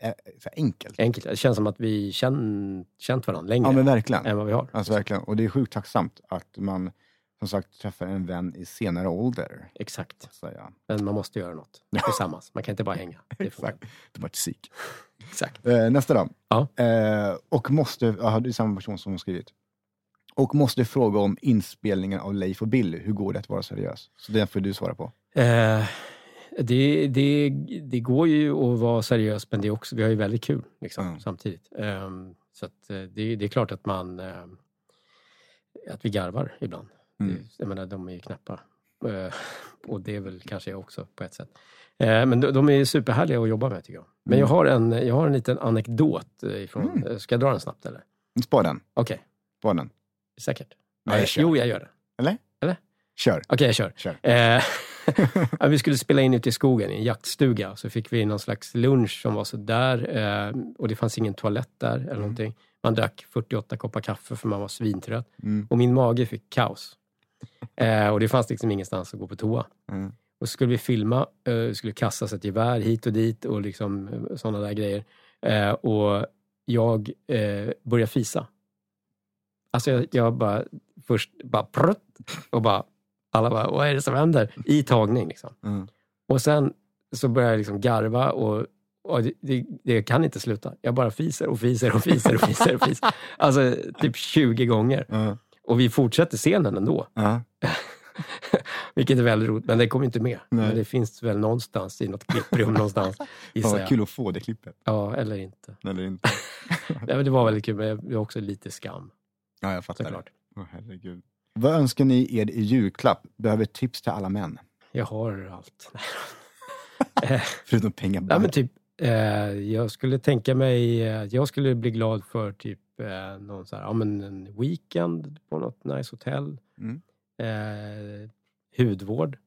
[SPEAKER 1] eh, så här enkelt.
[SPEAKER 2] Enkelt. Det känns som att vi känt, känt varandra längre
[SPEAKER 1] Ja, men verkligen.
[SPEAKER 2] än vad vi har.
[SPEAKER 1] Alltså verkligen. Och det är sjukt tacksamt att man som sagt träffar en vän i senare ålder.
[SPEAKER 2] Exakt.
[SPEAKER 1] Så att säga.
[SPEAKER 2] Men man måste göra något tillsammans. Man kan inte bara hänga. Det funkar
[SPEAKER 1] [laughs] Exakt. Det var ett sik.
[SPEAKER 2] inte. Exakt.
[SPEAKER 1] Eh, nästa då.
[SPEAKER 2] Ja.
[SPEAKER 1] Eh, och måste, ja, det är samma person som har skrivit. Och måste fråga om inspelningen av Leif och Billy. Hur går det att vara seriös? Så den får du svara på.
[SPEAKER 2] Eh, det, det, det går ju att vara seriös, men det är också, vi har ju väldigt kul liksom,
[SPEAKER 1] Mm.
[SPEAKER 2] samtidigt. Ehm, så att, eh, det, det är klart att man ehm, att vi garvar ibland.
[SPEAKER 1] Mm.
[SPEAKER 2] Det, jag menar, de är ju knäppa. Eh, och det är väl kanske jag också på ett sätt. Eh, men de, de är superhärliga att jobba med tycker jag. Men jag, har en, jag har en liten anekdot eh, ifrån...
[SPEAKER 1] Mm.
[SPEAKER 2] eh, Ska jag dra den snabbt eller?
[SPEAKER 1] Spara den.
[SPEAKER 2] Okej,
[SPEAKER 1] Spara den.
[SPEAKER 2] säkert.
[SPEAKER 1] Nej,
[SPEAKER 2] Eh,
[SPEAKER 1] kör.
[SPEAKER 2] jo, jag gör det. Okej,
[SPEAKER 1] Kör.
[SPEAKER 2] jag kör.
[SPEAKER 1] Kör. [laughs]
[SPEAKER 2] Eh, [laughs] ja, vi skulle spela in ute i skogen i en jaktstuga. Så fick vi någon slags lunch som var sådär. Eh, och det fanns ingen toalett där eller någonting. Man drack 48 koppar kaffe för man var svintrött.
[SPEAKER 1] Mm.
[SPEAKER 2] Och min mage fick kaos. Eh, och det fanns liksom ingenstans att gå på toa.
[SPEAKER 1] Mm.
[SPEAKER 2] Och så skulle vi filma. Eh, det skulle kastas ett gevär hit och dit och liksom sådana där grejer. Eh, och jag eh, började fisa. Alltså jag, jag bara först bara prutt och bara alla bara, vad är det som händer? I tagning liksom.
[SPEAKER 1] Mm.
[SPEAKER 2] Och sen så börjar jag liksom garva och, och det- det, det kan inte sluta. Jag bara fiser och fiser och fiser och fiser. Och
[SPEAKER 1] [laughs]
[SPEAKER 2] fiser. Alltså typ 20 gånger.
[SPEAKER 1] Ja.
[SPEAKER 2] Och vi fortsätter scenen ändå. [laughs]
[SPEAKER 1] Ja.
[SPEAKER 2] Vilket är väldigt roligt, men det kommer inte med.
[SPEAKER 1] Nej.
[SPEAKER 2] Men det finns väl någonstans i något klipprum
[SPEAKER 1] [laughs]
[SPEAKER 2] någonstans.
[SPEAKER 1] Fan,
[SPEAKER 2] Gissar
[SPEAKER 1] vad
[SPEAKER 2] jag.
[SPEAKER 1] kul att få det klippet.
[SPEAKER 2] Ja, eller inte.
[SPEAKER 1] Eller inte.
[SPEAKER 2] Nej, men det var väldigt kul, men det var också lite skam
[SPEAKER 1] Ja, jag fattar.
[SPEAKER 2] såklart.
[SPEAKER 1] det. Åh, herregud. Vad önskar ni er i julklapp? Behöver tips till alla män.
[SPEAKER 2] Jag har allt. [laughs]
[SPEAKER 1] Förutom pengar.
[SPEAKER 2] Nej, men typ, eh, jag skulle tänka mig eh, att jag skulle bli glad för typ eh, någon så här, ja, men en weekend på något nice hotell.
[SPEAKER 1] Mm.
[SPEAKER 2] Eh, hudvård.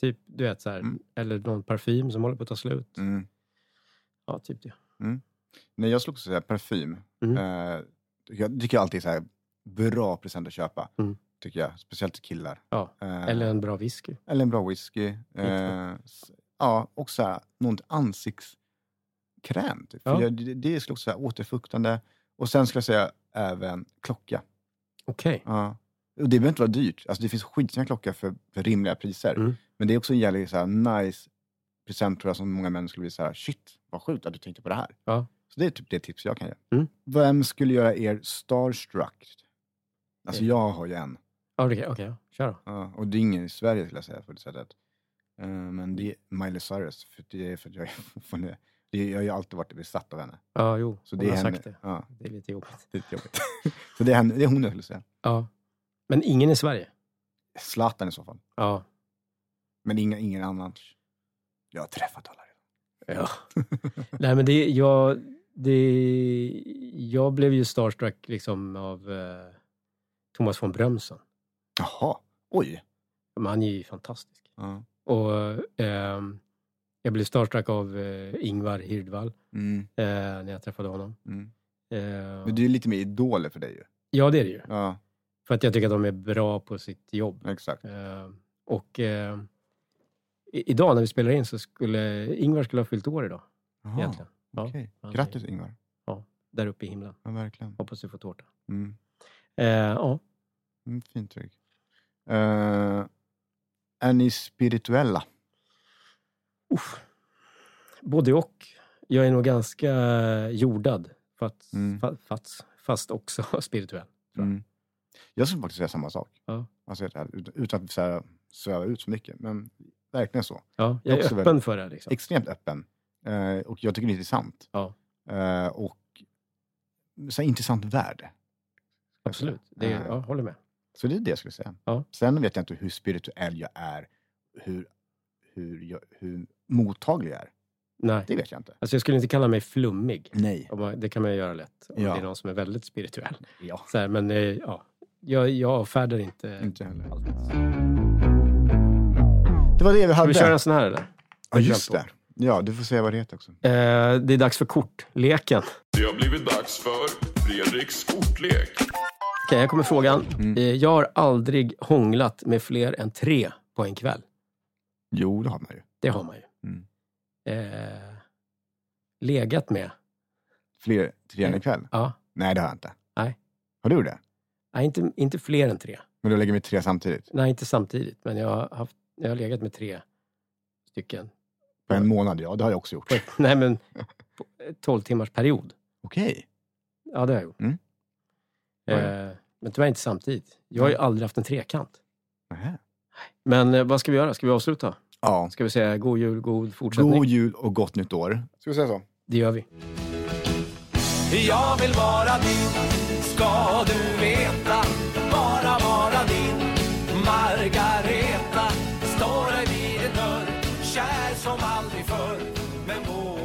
[SPEAKER 2] Typ, du vet, så här,
[SPEAKER 1] Mm.
[SPEAKER 2] eller någon parfym som håller på att ta slut.
[SPEAKER 1] Mm.
[SPEAKER 2] Ja, typ det.
[SPEAKER 1] Nej, jag skulle också säga parfym.
[SPEAKER 2] Mm.
[SPEAKER 1] Eh, jag tycker alltid så här bra present att köpa.
[SPEAKER 2] Mm.
[SPEAKER 1] Tycker jag. Speciellt till killar.
[SPEAKER 2] Ja.
[SPEAKER 1] Eh,
[SPEAKER 2] Eller en bra whisky.
[SPEAKER 1] eller en bra whisky. Eh, s- ja, och så här, någon ansiktskräm. Typ. För
[SPEAKER 2] Ja.
[SPEAKER 1] jag, det, det skulle också säga återfuktande. Och sen skulle jag säga även klocka.
[SPEAKER 2] Okej.
[SPEAKER 1] Ja. Och det behöver inte vara dyrt. Alltså, det finns skitsnygga klocka för, för rimliga priser.
[SPEAKER 2] Mm.
[SPEAKER 1] Men det är också en jävligt så här, nice present tror jag, som många män skulle bli så här, shit vad sjukt att du tänkte på det här.
[SPEAKER 2] Ja.
[SPEAKER 1] Så det är typ det tips jag kan ge.
[SPEAKER 2] Mm.
[SPEAKER 1] Vem skulle göra er starstruck? Alltså
[SPEAKER 2] Eh.
[SPEAKER 1] jag har ju en.
[SPEAKER 2] Ja, Okej, okej, ja. kör då.
[SPEAKER 1] Ja, och det är ingen i Sverige skulle jag säga på det sättet. Eh, Men det är [laughs] Miley Cyrus, för det är för att jag är från det Det, jag har ju alltid varit besatt av henne.
[SPEAKER 2] Ja, jo.
[SPEAKER 1] Så det
[SPEAKER 2] hon
[SPEAKER 1] är
[SPEAKER 2] har
[SPEAKER 1] henne,
[SPEAKER 2] sagt det.
[SPEAKER 1] Ja,
[SPEAKER 2] Det är lite jobbigt.
[SPEAKER 1] det är lite jobbigt. [laughs] så det är, henne, det är hon jag skulle säga.
[SPEAKER 2] Ja. Men ingen i Sverige?
[SPEAKER 1] Zlatan i så fall.
[SPEAKER 2] Ja.
[SPEAKER 1] Men inga, ingen annars. Jag har träffat alla redan.
[SPEAKER 2] ja. Nej, men det, jag, det, jag blev ju starstruck liksom av eh, Thomas von Brömsen.
[SPEAKER 1] Jaha, oj.
[SPEAKER 2] Men han är ju fantastisk.
[SPEAKER 1] Ja.
[SPEAKER 2] Och ehm, jag blev starstruck av eh, Ingvar Hirdwall
[SPEAKER 1] Mm,
[SPEAKER 2] eh, när jag träffade honom.
[SPEAKER 1] mm.
[SPEAKER 2] Eh,
[SPEAKER 1] Men det är lite mer idoler för dig ju.
[SPEAKER 2] Ja, det är det ju.
[SPEAKER 1] Ja,
[SPEAKER 2] För att jag tycker att de är bra på sitt jobb.
[SPEAKER 1] exakt.
[SPEAKER 2] Eh, och eh, i- idag när vi spelar in så skulle Ingvar skulle ha fyllt år idag.
[SPEAKER 1] Jaha,
[SPEAKER 2] Egentligen. Ja,
[SPEAKER 1] okej.
[SPEAKER 2] han är-
[SPEAKER 1] Grattis Ingvar.
[SPEAKER 2] Där uppe i himlen.
[SPEAKER 1] Ja, verkligen.
[SPEAKER 2] Hoppas du får tårta.
[SPEAKER 1] Mm.
[SPEAKER 2] Eh, ja.
[SPEAKER 1] Mm, fint tryck. Eh, är ni spirituella?
[SPEAKER 2] Uff. Både och. Jag är nog ganska eh, jordad. Fast,
[SPEAKER 1] Mm.
[SPEAKER 2] fa, fast, fast också [laughs] spirituell. Tror jag.
[SPEAKER 1] Mm. Jag skulle faktiskt säga samma sak.
[SPEAKER 2] Ja.
[SPEAKER 1] Alltså, helt ärligt, utan- utan att så här, sväva ut så mycket. Men verkligen så.
[SPEAKER 2] Ja, jag är
[SPEAKER 1] Också
[SPEAKER 2] öppen
[SPEAKER 1] väldigt-
[SPEAKER 2] för det. Liksom.
[SPEAKER 1] Extremt öppen. Eh, och jag tycker det är intressant.
[SPEAKER 2] Ja.
[SPEAKER 1] Eh, och så här, intressant värld.
[SPEAKER 2] Absolut. Det,
[SPEAKER 1] Eh,
[SPEAKER 2] jag håller med.
[SPEAKER 1] Så det är det jag skulle säga.
[SPEAKER 2] Ja.
[SPEAKER 1] Sen vet jag inte hur spirituell jag är. Hur, hur, jag, hur mottaglig jag är.
[SPEAKER 2] Nej.
[SPEAKER 1] Det vet jag inte.
[SPEAKER 2] Alltså jag skulle inte kalla mig flummig.
[SPEAKER 1] Nej.
[SPEAKER 2] Om man- Det kan man ju göra lätt om
[SPEAKER 1] Ja.
[SPEAKER 2] det är någon som är väldigt spirituell.
[SPEAKER 1] Ja.
[SPEAKER 2] Så här, men eh, ja, jag, jag avfärdar inte.
[SPEAKER 1] Inte heller.
[SPEAKER 2] allt.
[SPEAKER 1] Det var det vi
[SPEAKER 2] Ska
[SPEAKER 1] hade.
[SPEAKER 2] vi köra en sån här eller?
[SPEAKER 1] ja, just det. Ja, du får säga vad det heter också.
[SPEAKER 2] Eh, det är dags för kortleken.
[SPEAKER 4] Det har blivit dags för Fredriks kortlek.
[SPEAKER 2] Okej, här kommer frågan.
[SPEAKER 1] Mm.
[SPEAKER 2] Eh, jag har aldrig hånglat med fler än tre på en kväll.
[SPEAKER 1] Jo, det har man ju.
[SPEAKER 2] Det har man ju.
[SPEAKER 1] Mm.
[SPEAKER 2] Eh, legat med?
[SPEAKER 1] Fler tre än ikväll?
[SPEAKER 2] Ja.
[SPEAKER 1] Mm. Nej, det har jag inte.
[SPEAKER 2] Nej.
[SPEAKER 1] Har du det?
[SPEAKER 2] Nej, inte, inte fler än tre.
[SPEAKER 1] Men du lägger med tre samtidigt?
[SPEAKER 2] Nej, inte samtidigt. Men jag har, haft, jag har legat med tre stycken [laughs]
[SPEAKER 1] På en månad? Ja, det har jag också gjort.
[SPEAKER 2] på ett,
[SPEAKER 1] [laughs]
[SPEAKER 2] nej men, på 12 timmars period.
[SPEAKER 1] Okej.
[SPEAKER 2] Ja, det har jag gjort.
[SPEAKER 1] Mm.
[SPEAKER 2] Eh, men tyvärr inte samtidigt. Jag har ju aldrig haft en trekant.
[SPEAKER 1] Nähä.
[SPEAKER 2] Men eh, vad ska vi göra? Ska vi avsluta?
[SPEAKER 1] Ja.
[SPEAKER 2] Ska vi säga god jul, god fortsättning?
[SPEAKER 1] God jul och gott nytt år. Ska vi säga så?
[SPEAKER 2] Det gör vi.
[SPEAKER 3] Jag vill vara din, ska du veta Bara vara din, Margareta Står där vid din dörr, kär som aldrig förr Men vår